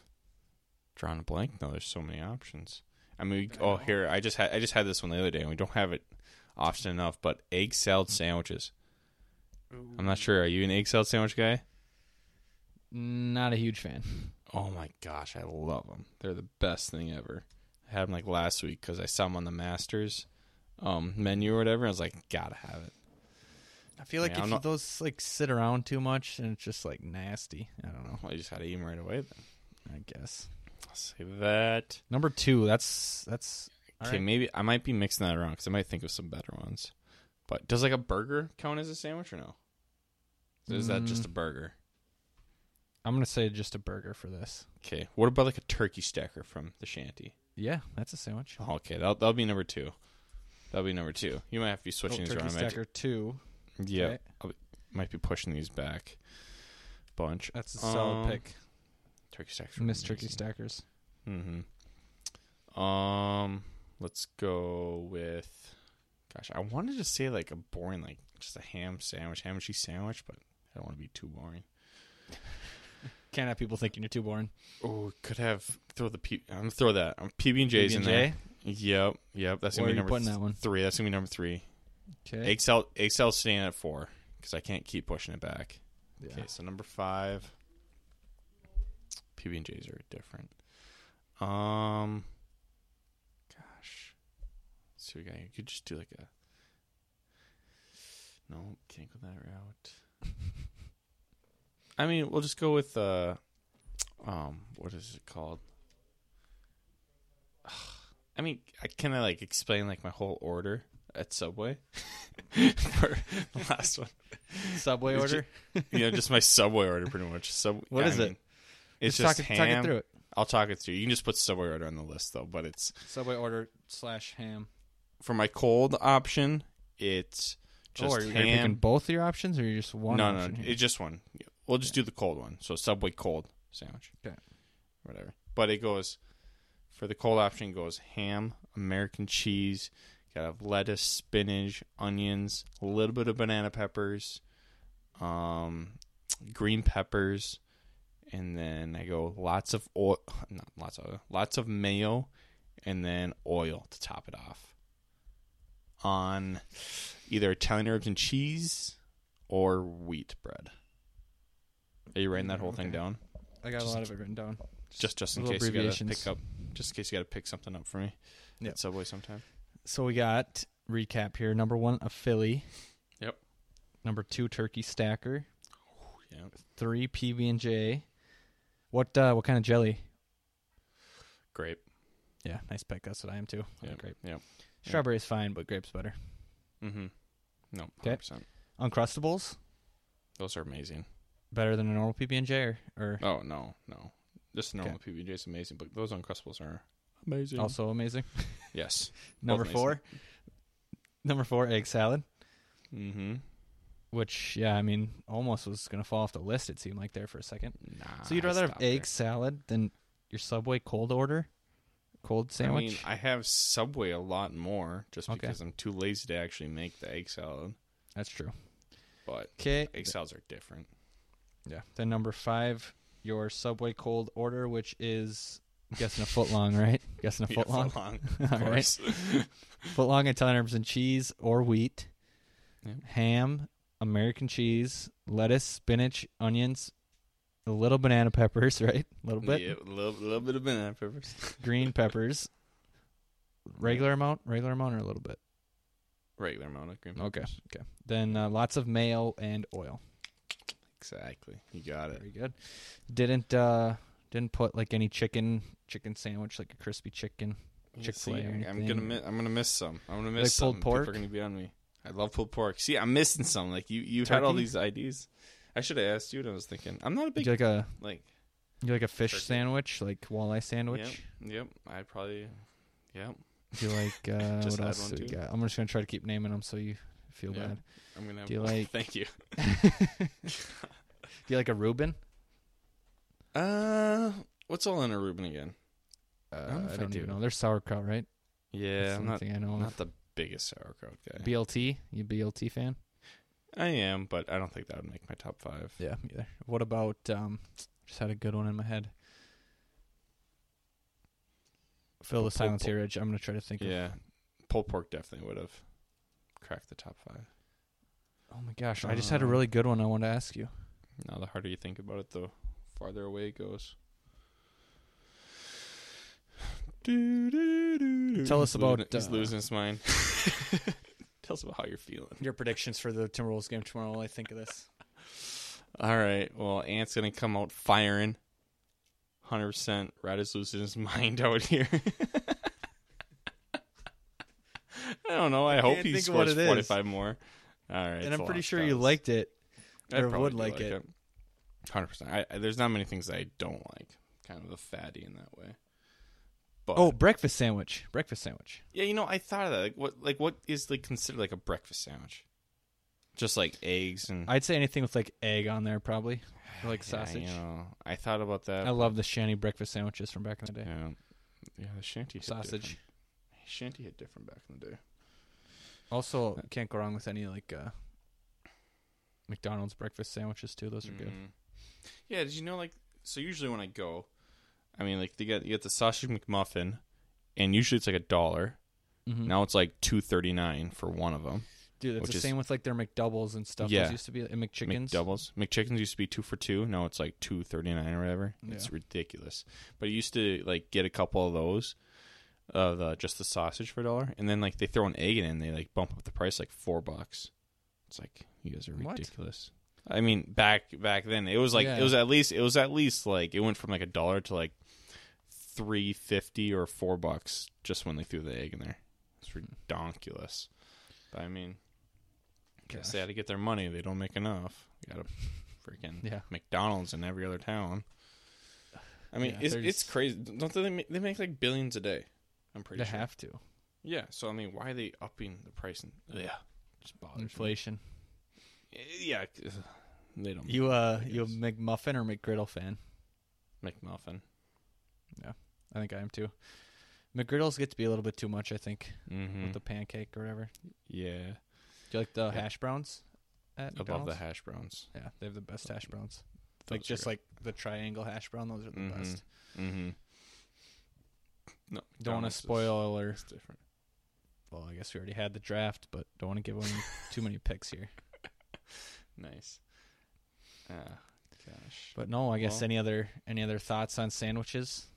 drawing a blank. now. there's so many options. I mean, we- oh, here I just had I just had this one the other day, and we don't have it often enough. But egg salad sandwiches. I'm not sure. Are you an egg salad sandwich guy? Not a huge fan. Oh my gosh, I love them. They're the best thing ever. I had them like last week because I saw them on the Masters um, menu or whatever. I was like, gotta have it. I feel Yeah, like I'm if you not- those like sit around too much and it's just like nasty. I don't know. Well, you just had to eat them right away. Then I guess I'll say that. number two. That's that's All okay, right. maybe I might be mixing that around because I might think of some better ones. But does like a burger count as a sandwich or no? Or Is that just a burger? I'm gonna say just a burger for this. Okay. What about like a turkey stacker from the shanty? Yeah, that's a sandwich. Oh, okay, that'll, that'll be number two. That'll be number two. You might have to be switching these Oh, turkey around. I might- stacker two. Yeah, Okay. I'll be, might be pushing these back. Bunch. That's a solid Um, pick. Turkey stacks. Uh, Miss turkey stackers. Mm-hmm. Um, let's go with. Gosh, I wanted to say like a boring, like just a ham sandwich, ham and cheese sandwich, but I don't want to be too boring. Can't have people thinking you're too boring. Oh, could have throw the P. I'm gonna throw that. I'm PB and J's in PB&J? there. Yep, yep. That's gonna be Where are you number putting th- that one? three. That's gonna be number three. Okay. Excel Excel staying at four because I can't keep pushing it back. Yeah. Okay, so number five. PB and J's are different. Um, gosh, let's see. What we got. You could just do like a. No, can't go that route. I mean, we'll just go with uh, um, what is it called? I mean, I can I like explain like my whole order at Subway for the last one. Subway It's order. You know, just my Subway order, pretty much. Sub. What I is it? mean, It's Just just, ham. talk it- talk it through it. I'll talk it through. You can just put Subway order on the list though, but it's Subway order slash ham. for my cold option. It's just oh, are you, are you ham. picking both of your options, or you just one? no, option no, here? it's just one. We'll just do the cold one. So Subway cold sandwich. Okay. Whatever. But it goes for the cold option it goes ham, American cheese, gotta have lettuce, spinach, onions, a little bit of banana peppers, um, green peppers, and then I go lots of oil, not lots of oil, lots of mayo, and then oil to top it off. On either Italian herbs and cheese or wheat bread. Are you writing that whole thing down? I got a lot of it written down. Just just in little case you gotta abbreviations. pick up just in case you gotta pick something up for me. Yep. At Subway sometime. So we got recap here. Number one, a Philly. Yep. Number two, turkey stacker. Yeah. Three, PB and J. What uh, what kind of jelly? Grape. Yeah, nice pick. That's what I am too. I like Yep. grape. Yep. Strawberry is fine, but grape's better. Mm-hmm. No, 'Kay. hundred percent. Uncrustables Those are amazing. better better than a normal PB and J or, or Oh no, no. This normal PBJ is amazing, but those uncrustables are amazing. also amazing. yes. Number amazing. four. Number four, egg salad. Mm-hmm. Which yeah, I mean, almost was gonna fall off the list. It seemed like there for a second. Nah. So you'd I rather have stopped there. egg salad than your Subway cold order, cold sandwich. I mean, I have Subway a lot more just Okay. because I'm too lazy to actually make the egg salad. That's true. But Okay. egg salads are different. Yeah. Then number five, your Subway cold order, which is I'm guessing a foot long, right? Guessing a Yeah, foot long. footlong, All of right. course. Foot long Italian herbs and cheese or wheat, Yep. ham, American cheese, lettuce, spinach, onions, a little banana peppers, right? A little bit. Yeah, a little, little bit of banana peppers. Green peppers. Regular amount, regular amount, or a little bit. Regular amount of green. Okay, okay. Then uh, lots of mayo and oil. Exactly. You got it. Very good. Didn't uh didn't put like any chicken chicken sandwich, like a crispy chicken. Chick-fil-A or See, I'm anything. gonna miss, I'm gonna miss some. I'm gonna miss pulled some. People pork? are gonna be on me. I love pulled pork. See, I'm missing some. Like you, you had all Turkey? these ideas. I should have asked you. what I was thinking. I'm not a big Like a like. you like a fish Turkey. sandwich, like walleye sandwich. Yep. Yep. I probably. Yep. Do you like uh, Just what add else one do we too. got? I'm just gonna try to keep naming them so you feel Yeah. bad. I'm gonna. Have, Do you like- Thank you. Do you like a Reuben? Uh, what's all in a Reuben again? Uh, don't know if I don't even do. know. There's sauerkraut, right? Yeah, That's I'm the not. only thing I know. I'm Of. not the biggest sauerkraut guy. BLT. You a BLT fan? I am, but I don't think that would make my top five. Yeah, me either. What about um? Just had a good one in my head. Fill the Pulled silence pork. here, Edge. I'm gonna try to think. of... Yeah, pulled pork definitely would have cracked the top five. Oh my gosh, I just had a Um, really good one. I wanted to ask you. Now, the harder you think about it, the farther away it goes. Tell us He's about, losing- he's uh, losing his mind. Tell us about how you're feeling. Your predictions for the Timberwolves game tomorrow. While I think of this. All right. Well, Ant's gonna come out firing. Hundred percent. Rat is losing his mind out here. I don't know. I, hope can't he think of what scores it is. forty-five more. All right. and it's I'm a pretty lost sure you cause. liked it. I or probably would do like it. Hundred percent. I, I, there's not many things I don't like. Kind of a fatty in that way. But Oh, breakfast sandwich. Breakfast sandwich. yeah, you know, I thought of that. Like what, like what is like considered like a breakfast sandwich? Just like eggs and I'd say anything with like egg on there, probably, or like Yeah, sausage. you know, I thought about that. I love the shanty breakfast sandwiches from back in the day. yeah, yeah. The shanty hit Sausage. different. Shanty hit different back in the day. Also, can't uh, go wrong with any like uh, McDonald's breakfast sandwiches too. Those are good. Mhm. Yeah, did you know like so usually when I go, I mean like they get you get the sausage McMuffin, and usually it's like a dollar. Mhm. Now it's like two thirty nine for one of them. Dude, it's Which the is- same with like their McDoubles and stuff. Yeah. Those used to be and McChickens. McDoubles. McChickens used to be two for two. Now it's like two thirty nine or whatever. It's ridiculous. But I used to like get a couple of those, of uh, just the sausage for a dollar, and then like they throw an egg in, it and they like bump up the price like four bucks. It's like you guys are What? ridiculous. I mean, back back then it was like Yeah. it was at least it was at least like it went from like a dollar to like three fifty or four bucks just when they threw the egg in there. It's ridiculous. But I mean, guess they had to get their money. They don't make enough. Got to freaking Yeah. McDonald's in every other town. I mean, Yeah, it's, there's- it's crazy. Don't they make, they make like billions a day? I'm pretty They sure. have to. Yeah. So I mean, why are they upping the price? And, yeah, just bothers me. Inflation. Yeah, ugh, they don't. You uh I you a guess. McMuffin or McGriddle fan? McMuffin. I think I am too. McGriddles get to be a little bit too much, I think, Mm-hmm. with the pancake or whatever. yeah, Do you like the Yeah. hash browns? At above the McDonald's? hash browns. Yeah, they have the best hash browns. like Those just are- like the triangle hash brown, those are the Mhm. best. Mm-hmm. No, Don't want to McDonald's is- spoil or It's different. well, I guess we already had the draft, but don't want to give them too many picks here. Nice. Ah, gosh. But no, I guess Well- any other any other thoughts on sandwiches?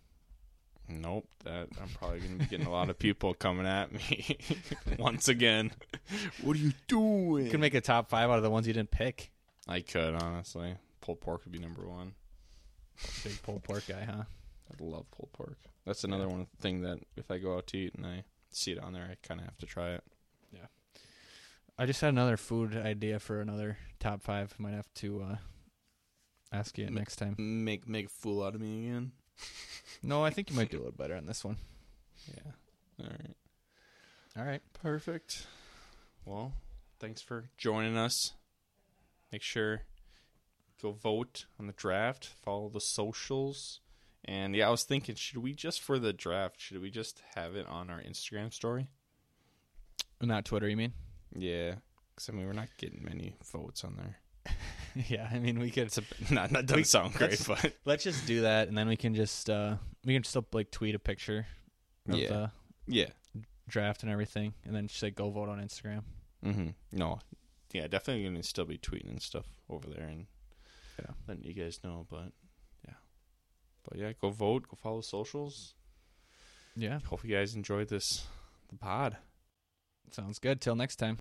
Nope, that I'm probably going to be getting a lot of people coming at me once again. What are you doing? You can make a top five out of the ones you didn't pick. I could honestly. Pulled pork would be number one. Big pulled pork guy, huh? I love pulled pork. That's another one thing that if I go out to eat and I see it on there, I kind of have to try it. I just had another food idea for another top five. Might have to uh, ask you Mm. next time. Make make a fool out of me again. No, I think you might do a little better on this one. Yeah. All right. All right. Perfect. Well, thanks for joining us. Make sure go vote on the draft, follow the socials. And yeah, I was thinking, should we just for the draft, should we just have it on our Instagram story? Not Twitter, you mean? Yeah. Cause I mean, we're not getting many votes on there. yeah, I mean we could. It's a, not, that doesn't sound great, but Let's just do that, and then we can just uh, we can still like tweet a picture of Yeah. the yeah. draft and everything, and then just like go vote on Instagram. Mm-hmm. No. Yeah, definitely gonna still be tweeting and stuff over there and Yeah. letting you guys know, but yeah. But yeah, go vote, go follow socials. Yeah, Hope you guys enjoyed this the pod. sounds good. Till next time.